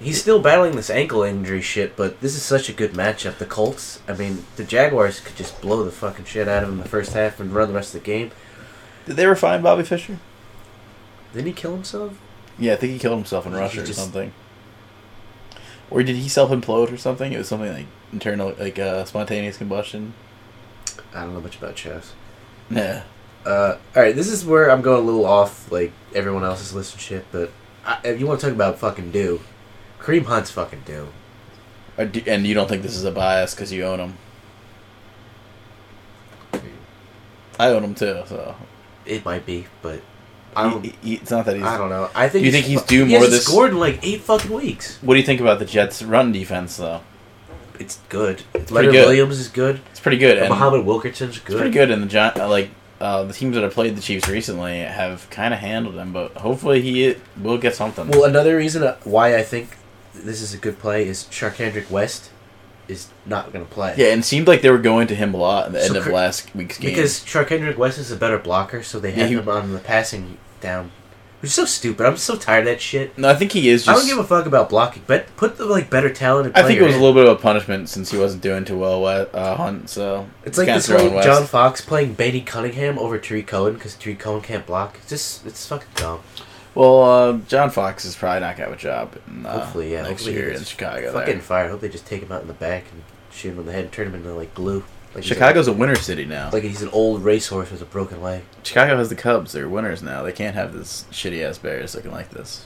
Speaker 2: He's still battling this ankle injury shit, but this is such a good matchup. The Colts, I mean, the Jaguars could just blow the fucking shit out of him the first half and run the rest of the game.
Speaker 1: Did they ever find Bobby Fisher?
Speaker 2: Didn't he kill himself?
Speaker 1: Yeah, I think he killed himself in
Speaker 2: He
Speaker 1: Russia
Speaker 2: just-
Speaker 1: or something. Or did he self implode or something? It was something like internal, like uh, spontaneous combustion.
Speaker 2: I don't know much about chess.
Speaker 1: Yeah.
Speaker 2: Uh, all right, this is where I'm going a little off, like everyone else's list and shit. But I, if you want to talk about fucking do, Kareem Hunt's fucking do.
Speaker 1: Or do, and you don't think this is a bias because you own him? I own him too, so
Speaker 2: It might be, but I don't.
Speaker 1: He- he- it's not that he's.
Speaker 2: I don't know. I think
Speaker 1: You think he's
Speaker 2: fu-
Speaker 1: due
Speaker 2: he
Speaker 1: more
Speaker 2: hasn't
Speaker 1: this-
Speaker 2: scored in like eight fucking weeks.
Speaker 1: What do you think about the Jets' run defense, though?
Speaker 2: It's good.
Speaker 1: pretty
Speaker 2: Leonard
Speaker 1: good.
Speaker 2: Williams is good.
Speaker 1: It's pretty good. And
Speaker 2: Muhammad Wilkerson's
Speaker 1: It's pretty
Speaker 2: good.
Speaker 1: good, and the Gi- uh, like uh, the teams that have played the Chiefs recently have kind of handled him, but hopefully he will get something.
Speaker 2: Well, another reason uh, why I think this is a good play is Sharkhandrick West is not going to play.
Speaker 1: yeah, and it seemed like they were going to him a lot at the
Speaker 2: So
Speaker 1: end of
Speaker 2: cr-
Speaker 1: last week's game.
Speaker 2: Because Sharkhandrick West is a better blocker, so they
Speaker 1: Yeah,
Speaker 2: have
Speaker 1: he-
Speaker 2: him on the passing down. Which is so stupid. I'm so tired of that shit.
Speaker 1: no, I think he is
Speaker 2: I
Speaker 1: just.
Speaker 2: don't give a fuck about blocking, but put the like better talented.
Speaker 1: I think it
Speaker 2: player
Speaker 1: was a
Speaker 2: in.
Speaker 1: little bit of a punishment since he wasn't doing too well. Uh, Hunt, so
Speaker 2: It's like
Speaker 1: kinda
Speaker 2: this whole
Speaker 1: thrown west.
Speaker 2: John Fox playing Benny Cunningham over Tariq Cohen because Tariq Cohen can't block. It's just it's fucking dumb.
Speaker 1: Well, uh, John Fox is probably not gonna have a job. In, uh,
Speaker 2: Hopefully, yeah.
Speaker 1: next
Speaker 2: hopefully he
Speaker 1: year
Speaker 2: gets
Speaker 1: in Chicago.
Speaker 2: Fucking
Speaker 1: There.
Speaker 2: fire. I hope they just take him out in the back and shoot him in the head and turn him into like glue. Like he's a-
Speaker 1: Chicago's a winner city now.
Speaker 2: like he's an old racehorse with a broken leg.
Speaker 1: Chicago has the Cubs; they're winners now. They can't have this shitty ass Bears looking like this.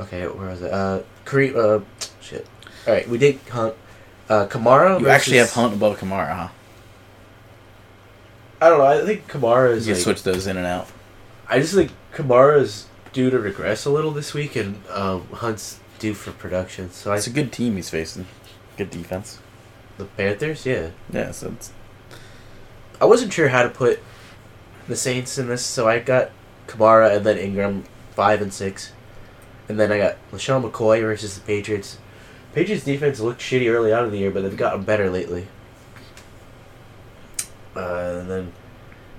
Speaker 2: Okay, where was it? Uh, Kareem. Uh, shit. All right, we did Hunt. Uh, Kamara.
Speaker 1: You actually have
Speaker 2: versus-
Speaker 1: Hunt above Kamara, huh?
Speaker 2: I don't know. I think Kamara
Speaker 1: You
Speaker 2: is.
Speaker 1: can
Speaker 2: like-
Speaker 1: switch those in and out.
Speaker 2: I just think Kamara's due to regress a little this week, and um, Hunt's due for production. So I
Speaker 1: It's a good team he's facing. Good defense.
Speaker 2: the Panthers. Yeah,
Speaker 1: Yeah, so it's,
Speaker 2: I wasn't sure how to put the Saints in this, so I got Kamara and then Ingram five and six, and then I got LaShawn McCoy versus the Patriots. Patriots defense looked shitty early on in the year, but they've gotten better lately. Uh, and then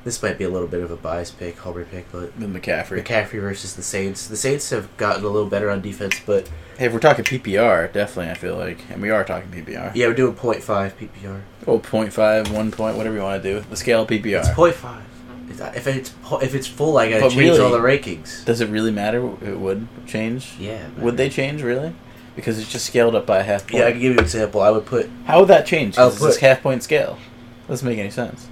Speaker 2: this might be a little bit of a bias pick, Hubbard pick, but
Speaker 1: the McCaffrey.
Speaker 2: McCaffrey versus the Saints. The Saints have gotten a little better on defense, but
Speaker 1: Hey, if we're talking PPR, definitely I feel like, and we are talking PPR.
Speaker 2: yeah, we're doing .5 PPR.
Speaker 1: Well, 0.5, 1 point, whatever you want to do. The scale PPR.
Speaker 2: It's .5. It's- If it's po- if it's full, I gotta
Speaker 1: But
Speaker 2: change all
Speaker 1: really-
Speaker 2: the rankings.
Speaker 1: Does it really matter? what It would change.
Speaker 2: Yeah.
Speaker 1: Would
Speaker 2: man.
Speaker 1: they change really? Because it's just scaled up by a half point.
Speaker 2: Yeah, I can give you an example. I would put
Speaker 1: How would that change? 'Cause
Speaker 2: I'll
Speaker 1: it's this
Speaker 2: put-
Speaker 1: half point scale. Doesn't make any sense.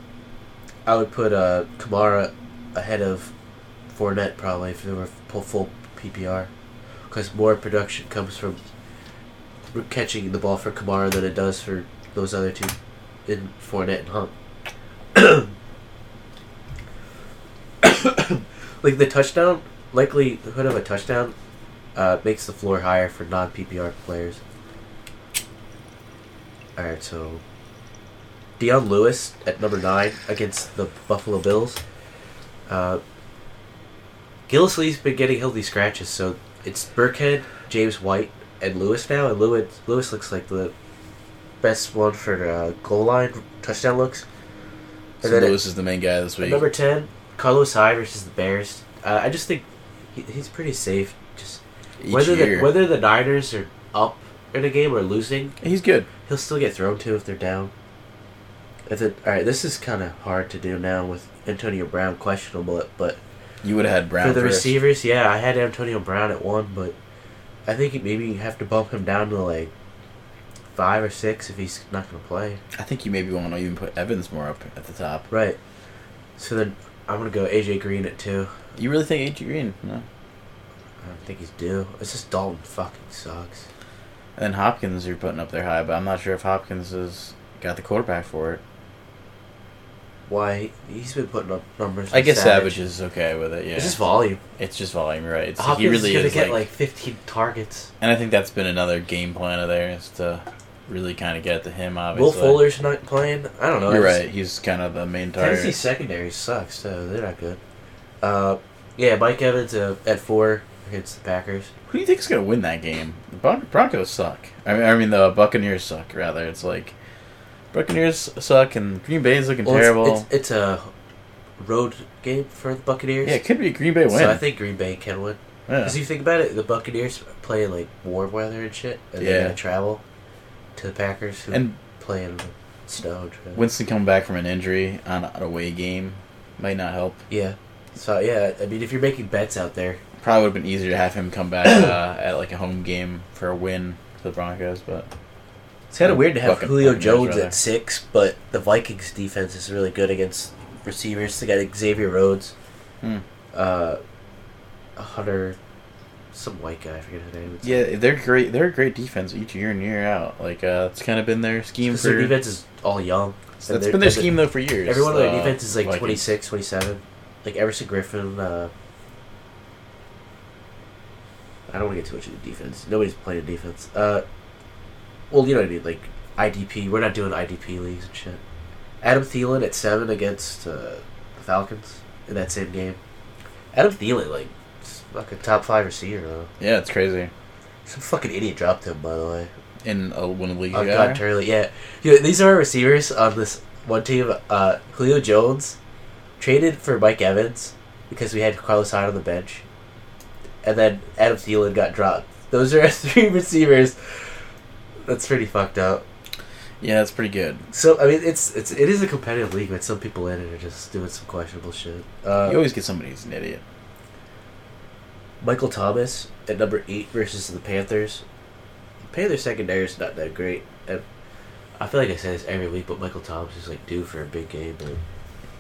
Speaker 2: I would put uh, Kamara ahead of Fournette probably if they were full, full PPR, because more production comes from r- catching the ball for Kamara than it does for those other two, in Fournette and Hunt. like the touchdown likelihood of a touchdown uh, makes the floor higher for non PPR players. All right, so Deion Lewis at number nine against the Buffalo Bills. Uh, Gillisley's been getting healthy scratches, so it's Burkhead, James White, and Lewis now, and Lewis Lewis looks like the best one for uh, goal line touchdown looks.
Speaker 1: So
Speaker 2: And then it-
Speaker 1: Lewis is the main guy this
Speaker 2: at
Speaker 1: week.
Speaker 2: number ten, Carlos Hyde versus the Bears. Uh, I just think he, he's pretty safe. Just
Speaker 1: Each
Speaker 2: whether
Speaker 1: year.
Speaker 2: the whether the Niners are up in a game or losing,
Speaker 1: He's good.
Speaker 2: he'll still get thrown to if they're down. And then, all right, this is kind of hard to do now with Antonio Brown questionable, but
Speaker 1: You would have had Brown
Speaker 2: for the
Speaker 1: first.
Speaker 2: receivers, yeah, I had Antonio Brown at one, but I think maybe you have to bump him down to like five or six if he's not going to play.
Speaker 1: I think you maybe want to even put Evans more up at the top.
Speaker 2: Right. So then I'm going to go AJ Green at two.
Speaker 1: You really think AJ Green? No.
Speaker 2: I don't think he's due. It's just Dalton fucking sucks.
Speaker 1: And then Hopkins, you're putting up there high, but I'm not sure if Hopkins has got the quarterback for it.
Speaker 2: Why he's been putting up numbers?
Speaker 1: I
Speaker 2: with
Speaker 1: guess Savage. is okay with it. Yeah,
Speaker 2: It's just volume.
Speaker 1: volume, right? It's,
Speaker 2: Hopkins
Speaker 1: he really
Speaker 2: is gonna
Speaker 1: is
Speaker 2: get
Speaker 1: like,
Speaker 2: like 15 targets.
Speaker 1: and I think that's been another game plan of theirs to really kind of get to him.
Speaker 2: Will
Speaker 1: Obviously,
Speaker 2: Fuller's not playing. I don't know.
Speaker 1: You're
Speaker 2: I just-
Speaker 1: right. He's kind of the main
Speaker 2: Tennessee
Speaker 1: target.
Speaker 2: secondary sucks, so they're not good. Uh, yeah, Mike Evans uh, at four against the Packers.
Speaker 1: Who do you think's gonna win that game? The Bron- Broncos suck. I mean, I mean the Buccaneers suck. Rather, it's like Buccaneers suck, and Green Bay's looking
Speaker 2: Well, it's-
Speaker 1: terrible.
Speaker 2: It's, it's a road game for the Buccaneers.
Speaker 1: yeah, it could be a Green Bay win.
Speaker 2: so I think Green Bay can win.
Speaker 1: Yeah.
Speaker 2: Because you think about it, the Buccaneers play in, like warm weather and shit, and
Speaker 1: Yeah.
Speaker 2: they're gonna travel to the Packers who
Speaker 1: And
Speaker 2: play in the snow. and shit.
Speaker 1: Winston coming back from an injury on an away game might not help.
Speaker 2: yeah. So yeah, I mean, if you're making bets out there,
Speaker 1: Probably would have been easier to have him come back uh, at like a home game for a win to the Broncos, but
Speaker 2: it's kind of weird to have
Speaker 1: Bucca-
Speaker 2: Julio
Speaker 1: Buccaneers,
Speaker 2: Jones
Speaker 1: rather.
Speaker 2: at six, but the Vikings defense is really good against receivers. They got Xavier Rhodes,
Speaker 1: Hmm.
Speaker 2: uh, Hunter, some white guy. I forget his name. It's-
Speaker 1: yeah, they're great. They're a great defense each year and year out. Like uh, it's kind of been their scheme
Speaker 2: Because their
Speaker 1: for.
Speaker 2: defense is all young. and
Speaker 1: that's
Speaker 2: their-
Speaker 1: been their
Speaker 2: and their-
Speaker 1: scheme though for years.
Speaker 2: Everyone on their
Speaker 1: uh,
Speaker 2: defense is like
Speaker 1: Vikings.
Speaker 2: 26, 27. Like Everson Griffin. Uh, I don't want to get too much into defense. Nobody's playing defense. Uh, well, you know what I mean. Like IDP. We're not doing IDP leagues and shit. Adam Thielen at seven against uh, the Falcons in that same game. Adam Thielen, like, is like a top five receiver though.
Speaker 1: Yeah, it's crazy.
Speaker 2: Some fucking idiot dropped him, by the way.
Speaker 1: In uh, one of the leagues,
Speaker 2: Oh
Speaker 1: you
Speaker 2: God,
Speaker 1: got,
Speaker 2: Turley, yeah. You know, these are our receivers on this one team. Uh, Julio Jones traded for Mike Evans because we had Carlos Hyde on the bench, and then Adam Thielen got dropped. Those are our three receivers. That's pretty fucked up.
Speaker 1: yeah, it's pretty good.
Speaker 2: So I mean, it's it's it is a competitive league, but some people in it are just doing some questionable shit. Uh,
Speaker 1: you always get somebody who's an idiot.
Speaker 2: Michael Thomas at number eight versus the Panthers. The Panthers secondary is not that great. And I feel like I say this every week, but Michael Thomas is like due for a big game. Like,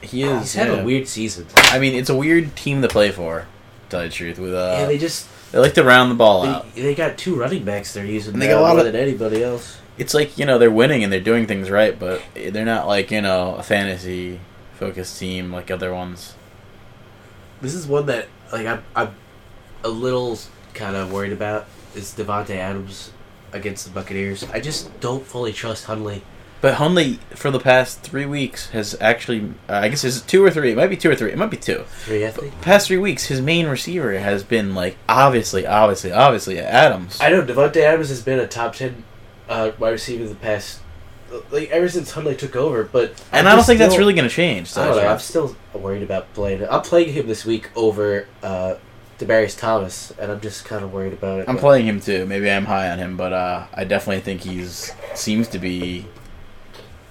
Speaker 1: He is.
Speaker 2: he's had
Speaker 1: yeah.
Speaker 2: a weird season.
Speaker 1: I mean, it's a weird team to play for. To tell you the truth, with uh,
Speaker 2: yeah,
Speaker 1: they,
Speaker 2: they just
Speaker 1: like to round the ball
Speaker 2: they,
Speaker 1: out.
Speaker 2: they got two running backs they're using
Speaker 1: And they
Speaker 2: now
Speaker 1: got a lot
Speaker 2: more
Speaker 1: of-
Speaker 2: than anybody else.
Speaker 1: It's like you know they're winning and they're doing things right, but they're not like you know a fantasy focused team like other ones.
Speaker 2: This is one that like I'm I'm a little kind of worried about is Devonte Adams against the Buccaneers. I just don't fully trust Hundley.
Speaker 1: But Hundley, for the past three weeks, has actually uh, I guess it's two or three. It might be two or three. It might be two.
Speaker 2: Three, I think.
Speaker 1: Past three weeks, his main receiver has been like obviously, obviously, obviously Adams.
Speaker 2: I know Devonte Adams has been a top ten uh, wide receiver the past, like ever since Hundley took over. But
Speaker 1: and I don't
Speaker 2: just
Speaker 1: think that's
Speaker 2: still-
Speaker 1: really going to change.
Speaker 2: I
Speaker 1: So
Speaker 2: don't know. I'm still worried about playing. I'm playing him this week over uh, Demarius Thomas, and I'm just kind of worried about it.
Speaker 1: I'm
Speaker 2: but-
Speaker 1: playing him too. Maybe I'm high on him, but uh, I definitely think he's seems to be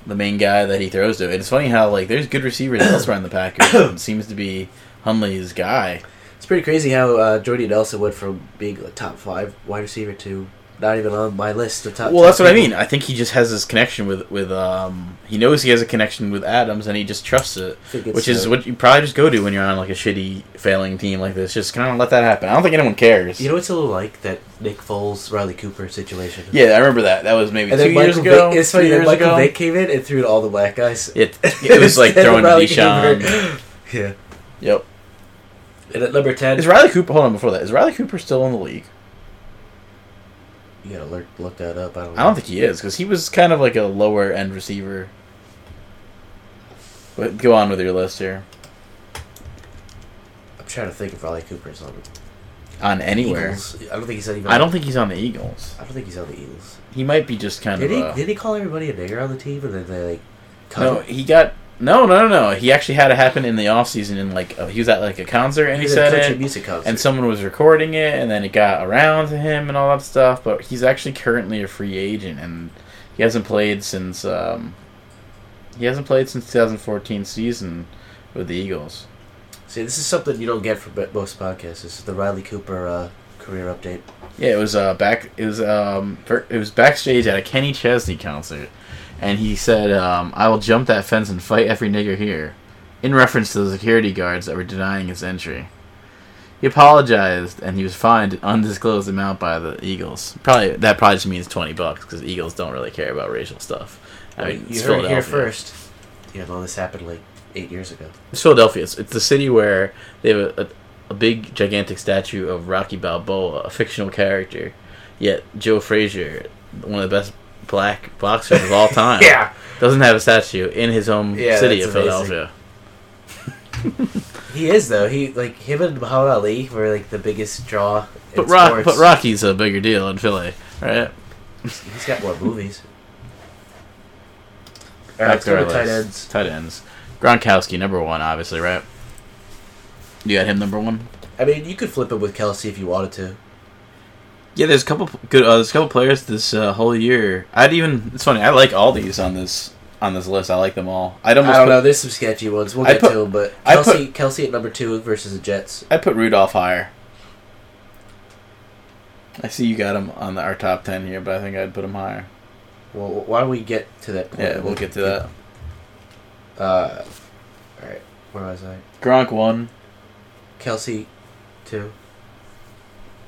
Speaker 1: the main guy that he throws to. And it's funny how like there's good receivers elsewhere in the Packers. and it seems to be Hunley's guy.
Speaker 2: It's pretty crazy how uh, Jordy Nelson went from being a top five wide receiver to not even on my list of top.
Speaker 1: Well, that's
Speaker 2: 10
Speaker 1: what I
Speaker 2: people.
Speaker 1: mean. I think he just has this connection with with um. He knows he has a connection with Adams, and he just trusts it,
Speaker 2: I think it's,
Speaker 1: which is
Speaker 2: uh,
Speaker 1: what you probably just go to when you're on like a shitty failing team like this. Just kind of let that happen. I don't think anyone cares.
Speaker 2: you know. It's a little like that Nick Foles, Riley Cooper situation.
Speaker 1: yeah, I remember that. That was maybe
Speaker 2: and
Speaker 1: two
Speaker 2: then
Speaker 1: years
Speaker 2: Michael
Speaker 1: ago.
Speaker 2: Vick, it's
Speaker 1: two
Speaker 2: funny that
Speaker 1: years
Speaker 2: Michael
Speaker 1: ago.
Speaker 2: Vick came in and threw it all the black guys.
Speaker 1: It, it was like
Speaker 2: Instead of
Speaker 1: throwing to
Speaker 2: Riley
Speaker 1: Deshaun.
Speaker 2: Cooper. Yeah.
Speaker 1: Yep.
Speaker 2: And at number ten,
Speaker 1: Is Riley Cooper? Hold on, before that, is Riley Cooper still in the league?
Speaker 2: you gotta look, look that up. I don't. Know.
Speaker 1: I don't think he is because he was kind of like a lower end receiver. But go on with your list here.
Speaker 2: I'm trying to think if Riley Cooper's on
Speaker 1: On
Speaker 2: the
Speaker 1: anywhere,
Speaker 2: Eagles. I don't think he's on even.
Speaker 1: I don't think he's on the Eagles.
Speaker 2: I don't think he's on the Eagles.
Speaker 1: He might be just kind
Speaker 2: Did
Speaker 1: of.
Speaker 2: he?
Speaker 1: a-
Speaker 2: Did he call everybody a nigger on the team, and then they like? cut
Speaker 1: no,
Speaker 2: him?
Speaker 1: he got no, no, no, no. He actually had it happen in the off season. In like uh, he was at like a concert and he
Speaker 2: He's at a
Speaker 1: said
Speaker 2: country
Speaker 1: it,
Speaker 2: Music concert.
Speaker 1: and someone was recording it, and then it got around to him and all that stuff. But he's actually currently a free agent, and he hasn't played since um, he hasn't played since 2014 season with the Eagles.
Speaker 2: See, this is something you don't get from most podcasts. This is the Riley Cooper uh, career update.
Speaker 1: Yeah, it was uh back. It was um fir- it was backstage at a Kenny Chesney concert, and he said, um, "I will jump that fence and fight every nigger here," in reference to the security guards that were denying his entry. He apologized, and he was fined an undisclosed amount by the Eagles. Probably that probably just means twenty bucks because Eagles don't really care about racial stuff. I mean,
Speaker 2: you
Speaker 1: it's
Speaker 2: heard it
Speaker 1: Philadelphia.
Speaker 2: here first. You know, this happened like eight years ago.
Speaker 1: It's Philadelphia. It's, it's the city where they have a, a, a big, gigantic statue of Rocky Balboa, a fictional character. Yet Joe Frazier, one of the best black boxers of all time, doesn't have a statue in his home
Speaker 2: Yeah,
Speaker 1: city
Speaker 2: that's
Speaker 1: of
Speaker 2: amazing.
Speaker 1: Philadelphia.
Speaker 2: he is though. He like him and Muhammad Ali were like the biggest draw. in
Speaker 1: But, Rock, but
Speaker 2: sports.
Speaker 1: Rocky's a bigger deal in Philly, right?
Speaker 2: he's got more movies. All
Speaker 1: Back
Speaker 2: right,
Speaker 1: to our
Speaker 2: go to tight
Speaker 1: list.
Speaker 2: ends.
Speaker 1: Tight ends. Gronkowski, number one, obviously, right? You got him number one?
Speaker 2: I mean, you could flip it with Kelsey if you wanted to.
Speaker 1: Yeah, there's a couple good. Uh, there's a couple players this uh, whole year. I'd even. It's funny. I like all these on this on this list. I like them all. I'd
Speaker 2: I
Speaker 1: almost.
Speaker 2: don't
Speaker 1: put,
Speaker 2: know. There's some sketchy ones. We'll
Speaker 1: I
Speaker 2: get
Speaker 1: put-
Speaker 2: to 'em, but
Speaker 1: I
Speaker 2: Kelsey, Kelsey at number two versus the Jets.
Speaker 1: I put Rudolph higher. I see you got him on the, our top ten here, but I think I'd put him higher.
Speaker 2: Well, why don't we get to that? Point?
Speaker 1: Yeah, we'll get to that.
Speaker 2: Uh, all right. Where was I?
Speaker 1: Gronk one.
Speaker 2: Kelsey, two.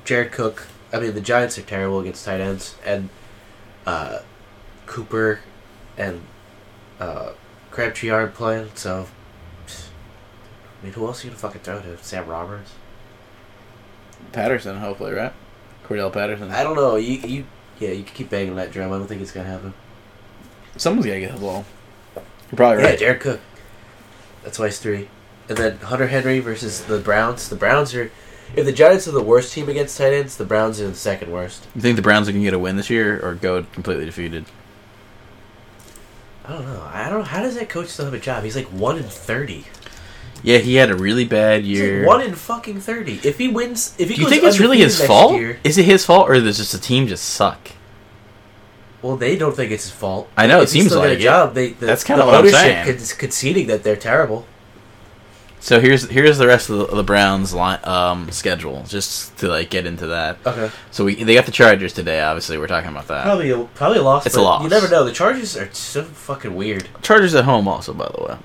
Speaker 2: Jared Cook. I mean, the Giants are terrible against tight ends, and uh, Cooper and uh, Crabtree aren't playing. So, I mean, who else are you gonna fucking throw to? Sam Roberts.
Speaker 1: Patterson, hopefully, right? Cordell Patterson.
Speaker 2: I don't know. You, you, yeah, you can keep banging that drum. I don't think it's gonna happen.
Speaker 1: Someone's gotta get the ball. You're probably
Speaker 2: Yeah,
Speaker 1: right.
Speaker 2: Jared Cook. That's why he's three. And then Hunter Henry versus the Browns. The Browns are, if the Giants are the worst team against tight ends, the Browns are the second worst.
Speaker 1: You think the Browns are gonna get a win this year, or go completely defeated?
Speaker 2: I don't know. I don't. How does that coach still have a job? He's like one in thirty.
Speaker 1: Yeah, he had a really bad
Speaker 2: He's
Speaker 1: year.
Speaker 2: like one in fucking thirty. If he wins, if he
Speaker 1: Do you
Speaker 2: goes
Speaker 1: think it's really
Speaker 2: undefeated
Speaker 1: his
Speaker 2: next
Speaker 1: fault?
Speaker 2: year-
Speaker 1: Is it his fault, or does just the team just suck?
Speaker 2: well, they don't think it's his fault.
Speaker 1: I know, it
Speaker 2: If he
Speaker 1: seems
Speaker 2: still got
Speaker 1: like
Speaker 2: a
Speaker 1: it.
Speaker 2: job. They, the,
Speaker 1: That's kinda
Speaker 2: the
Speaker 1: what I'm
Speaker 2: ownership
Speaker 1: saying.
Speaker 2: con- conceding that they're terrible.
Speaker 1: So here's here's the rest of the, the Browns' line, um, schedule, just to like get into that.
Speaker 2: Okay,
Speaker 1: So we they got the Chargers today. Obviously, we're talking about that.
Speaker 2: Uh, probably a, probably a loss.
Speaker 1: It's a
Speaker 2: but
Speaker 1: loss.
Speaker 2: You never know. The Chargers are so fucking weird.
Speaker 1: Chargers at home, also by the way.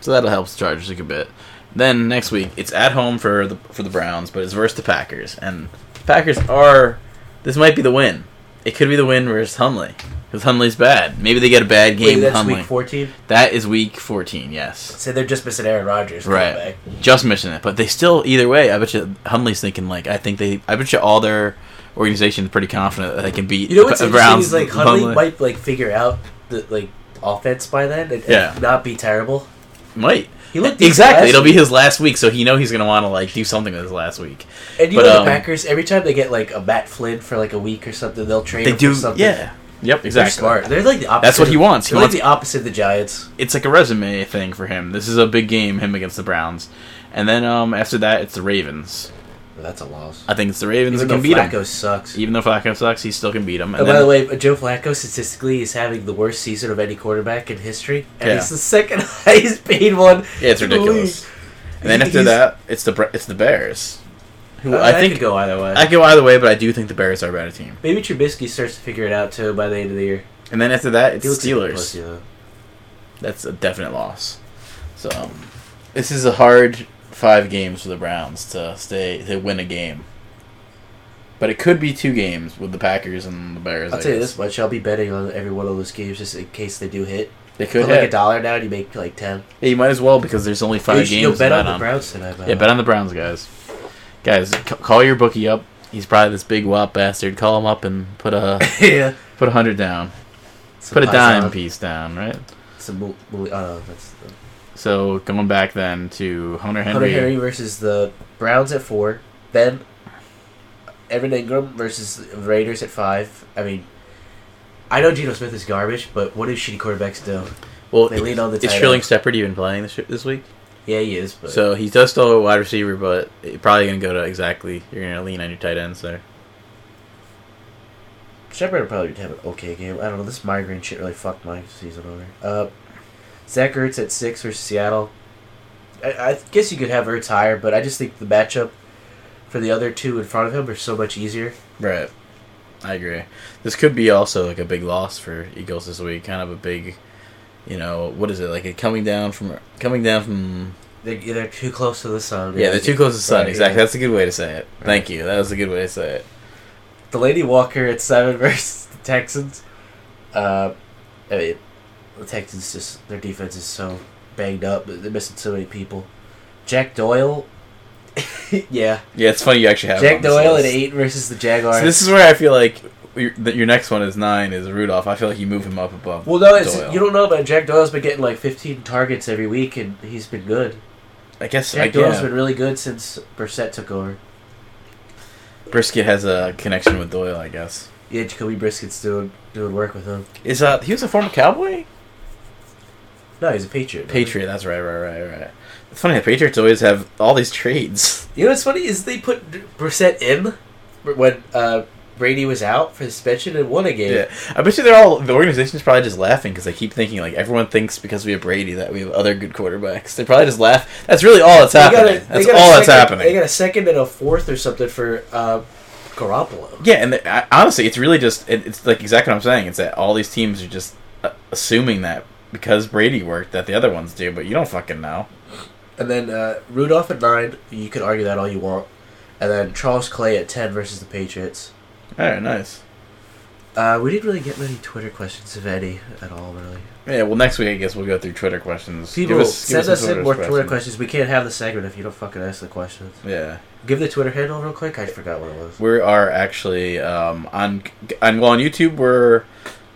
Speaker 1: So that'll help the Chargers a good bit. Then next week it's at home for the for the Browns, but it's versus the Packers, and the Packers are this might be the win. It could be the win versus Humley because Humley's bad. Maybe they get a bad
Speaker 2: Wait,
Speaker 1: game. with
Speaker 2: that's
Speaker 1: Humley.
Speaker 2: week fourteen.
Speaker 1: That is week fourteen. Yes.
Speaker 2: Say they're just missing Aaron Rodgers.
Speaker 1: Right.
Speaker 2: quarterback.
Speaker 1: Just missing it. But they still, either way, I bet you Humley's thinking like, I think they, I bet you all their organization is pretty confident that they can beat
Speaker 2: You know what's
Speaker 1: the
Speaker 2: interesting is like
Speaker 1: with
Speaker 2: Huntley
Speaker 1: Hundley.
Speaker 2: might like figure out the like offense by then and, and
Speaker 1: Yeah.
Speaker 2: not be terrible.
Speaker 1: Might.
Speaker 2: He looked decent
Speaker 1: exactly.
Speaker 2: last
Speaker 1: It'll be his last week, so he know he's gonna want to like do something with his last week.
Speaker 2: And you
Speaker 1: But,
Speaker 2: know
Speaker 1: um,
Speaker 2: the Packers, every time they get like a Matt Flynn for like a week or something, they'll trade.
Speaker 1: They
Speaker 2: him
Speaker 1: do.
Speaker 2: for something.
Speaker 1: Yeah. Yep.
Speaker 2: They're
Speaker 1: Exactly.
Speaker 2: smart. They're like the opposite.
Speaker 1: That's what he
Speaker 2: of-
Speaker 1: wants. He
Speaker 2: they're
Speaker 1: wants.
Speaker 2: like the opposite of the Giants.
Speaker 1: It's like a resume thing for him. This is a big game. Him against the Browns, and then um after that it's the Ravens.
Speaker 2: that's a loss.
Speaker 1: I think it's the Ravens
Speaker 2: Even
Speaker 1: that
Speaker 2: though
Speaker 1: can beat
Speaker 2: Flacco
Speaker 1: him.
Speaker 2: sucks.
Speaker 1: Even though Flacco sucks, he still can beat him. And
Speaker 2: and
Speaker 1: then,
Speaker 2: by the way, Joe Flacco statistically is having the worst season of any quarterback in history, and
Speaker 1: Yeah.
Speaker 2: he's the second highest paid one.
Speaker 1: yeah, it's
Speaker 2: in the
Speaker 1: ridiculous.
Speaker 2: league.
Speaker 1: And then
Speaker 2: He-
Speaker 1: after
Speaker 2: he's-
Speaker 1: that, it's the Bra- it's the Bears. Who
Speaker 2: Uh,
Speaker 1: I
Speaker 2: that
Speaker 1: think
Speaker 2: could go either way.
Speaker 1: I go either way, but I do think the Bears are a better team.
Speaker 2: Maybe Trubisky starts to figure it out too by the end of the year.
Speaker 1: And then after that, it's
Speaker 2: He looks like a
Speaker 1: Steelers.
Speaker 2: pussy, though.
Speaker 1: That's a definite loss. So um, this is a hard five games for the Browns to stay to win a game. But it could be two games with the Packers and the Bears.
Speaker 2: I'll
Speaker 1: I
Speaker 2: tell you
Speaker 1: guess.
Speaker 2: this much: I'll be betting on every one of those games just in case they do hit.
Speaker 1: They could
Speaker 2: Put
Speaker 1: hit.
Speaker 2: like a dollar down, you make like ten.
Speaker 1: Yeah, you might as well because there's only five
Speaker 2: you should go
Speaker 1: games. to
Speaker 2: bet on the
Speaker 1: on.
Speaker 2: Browns tonight. by
Speaker 1: Yeah,
Speaker 2: the
Speaker 1: bet
Speaker 2: way.
Speaker 1: on the Browns, guys. Guys, c- call your bookie up. He's probably this big wop bastard. Call him up and put a
Speaker 2: yeah.
Speaker 1: put a hundred down.
Speaker 2: Some
Speaker 1: Put a
Speaker 2: pies
Speaker 1: dime
Speaker 2: on.
Speaker 1: piece down, right?
Speaker 2: Some mo- mo- oh, no, that's the-
Speaker 1: So going back then to Hunter
Speaker 2: Hunter
Speaker 1: Henry.
Speaker 2: Henry versus the Browns at four. Then Evan Ingram versus the Raiders at five. I mean, I know Geno Smith is garbage, but what do shitty quarterbacks do?
Speaker 1: well,
Speaker 2: They lean on the
Speaker 1: is
Speaker 2: tight
Speaker 1: Trilling
Speaker 2: end.
Speaker 1: Shepard even playing this this week?
Speaker 2: Yeah, he is, but
Speaker 1: So he does still a wide receiver, but you're probably going to go to exactly. You're going to lean on your tight ends there.
Speaker 2: Shepard will probably have an okay game. I don't know. This migraine shit really fucked my season over. Uh, Zach Ertz at six versus Seattle. I, I guess you could have Ertz higher, but I just think the matchup for the other two in front of him are so much easier.
Speaker 1: Right. I agree. This could be also like a big loss for Eagles this week. Kind of a big, you know, what is it like? It coming down from coming down from.
Speaker 2: They're, they're too close to the sun.
Speaker 1: Yeah, they're too close to the sun.
Speaker 2: Right,
Speaker 1: exactly.
Speaker 2: yeah.
Speaker 1: That's a good way to say it. Thank you. That was a good way to say it.
Speaker 2: The Lady Walker at seven versus the Texans. Uh, I mean, the Texans just their defense is so banged up. They're missing so many people. Jack Doyle. yeah,
Speaker 1: Yeah, it's funny you actually have
Speaker 2: Jack
Speaker 1: him on this
Speaker 2: Doyle at
Speaker 1: list.
Speaker 2: eight versus the Jaguars.
Speaker 1: So this is where I feel like your, that your next one is nine is Rudolph. I feel like you move him up above.
Speaker 2: Well, no, it's,
Speaker 1: Doyle.
Speaker 2: you don't know about Jack Doyle's been getting like 15 targets every week, and he's been good.
Speaker 1: I guess I
Speaker 2: Jack Doyle's
Speaker 1: guess
Speaker 2: been really good since Brissett took over.
Speaker 1: Brisket has a connection with Doyle. I guess.
Speaker 2: Yeah, Jacoby Brisket's doing doing work with him.
Speaker 1: Is uh he was a former cowboy?
Speaker 2: No, he's a patriot. right?
Speaker 1: Patriot. That's right, right, right, right. It's funny. The Patriots always have all these trades.
Speaker 2: You know what's funny is they put Brissett in when uh, Brady was out for suspension and won a game.
Speaker 1: Yeah, I bet you they're all the organization's probably just laughing because they keep thinking like everyone thinks because we have Brady that we have other good quarterbacks. They probably just laugh. That's really all that's
Speaker 2: They got a-
Speaker 1: happening.
Speaker 2: they
Speaker 1: that's
Speaker 2: got a
Speaker 1: all that's
Speaker 2: second-
Speaker 1: happening.
Speaker 2: They got a second and a fourth or something for uh, Garoppolo.
Speaker 1: Yeah, and the, I, honestly, it's really just it, it's like exactly what I'm saying. It's that all these teams are just uh, assuming that because Brady worked that the other ones do, but you don't fucking know.
Speaker 2: And then uh, Rudolph at nine. You can argue that all you want. And then Charles Clay at ten versus the Patriots.
Speaker 1: All right, nice.
Speaker 2: Uh, we didn't really get many Twitter questions, if any, at all, really.
Speaker 1: Yeah, well, next week I guess we'll go through Twitter questions.
Speaker 2: People
Speaker 1: give
Speaker 2: send
Speaker 1: some
Speaker 2: us in more Twitter
Speaker 1: questions.
Speaker 2: questions. We can't have the segment if you don't fucking ask the questions.
Speaker 1: Yeah,
Speaker 2: Give the Twitter handle real quick. I forgot what it was.
Speaker 1: we are actually um, on on well on YouTube we're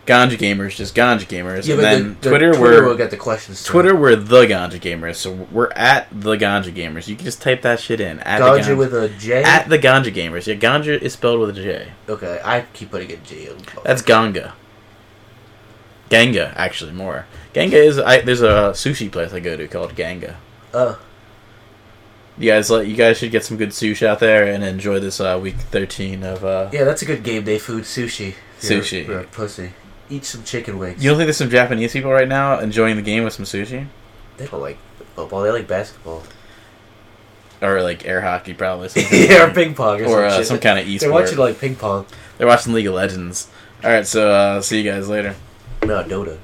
Speaker 1: Ganja Gamers, just Ganja Gamers, and then Twitter,
Speaker 2: Twitter
Speaker 1: we're
Speaker 2: will get the questions. too.
Speaker 1: Twitter we're the Ganja Gamers. So we're at the Ganja Gamers. You can just type that shit in at
Speaker 2: Ganja
Speaker 1: the Ganja,
Speaker 2: with a J.
Speaker 1: at the Ganja Gamers. Yeah, Ganja is spelled with a J.
Speaker 2: okay, I keep putting a J. on both.
Speaker 1: That's Ganga. Ganga, actually, more. Ganga is I, there's a sushi place I go to called Ganga.
Speaker 2: Uh,
Speaker 1: You guys, like, you guys should get some good sushi out there and enjoy this uh, week thirteen of. Uh,
Speaker 2: yeah, that's a good game day food. Sushi. If you're-
Speaker 1: Sushi.
Speaker 2: you're a pussy. Eat some chicken wings.
Speaker 1: You don't think there's some Japanese people right now enjoying the game with some sushi
Speaker 2: They don't like football. They like basketball.
Speaker 1: or like air hockey, probably. something.
Speaker 2: yeah, or ping pong or,
Speaker 1: or
Speaker 2: some
Speaker 1: uh,
Speaker 2: shit.
Speaker 1: some kind of
Speaker 2: They're
Speaker 1: e-sport.
Speaker 2: watching like ping pong.
Speaker 1: They're watching League of Legends. All right, so uh, see you guys later.
Speaker 2: No, Dota.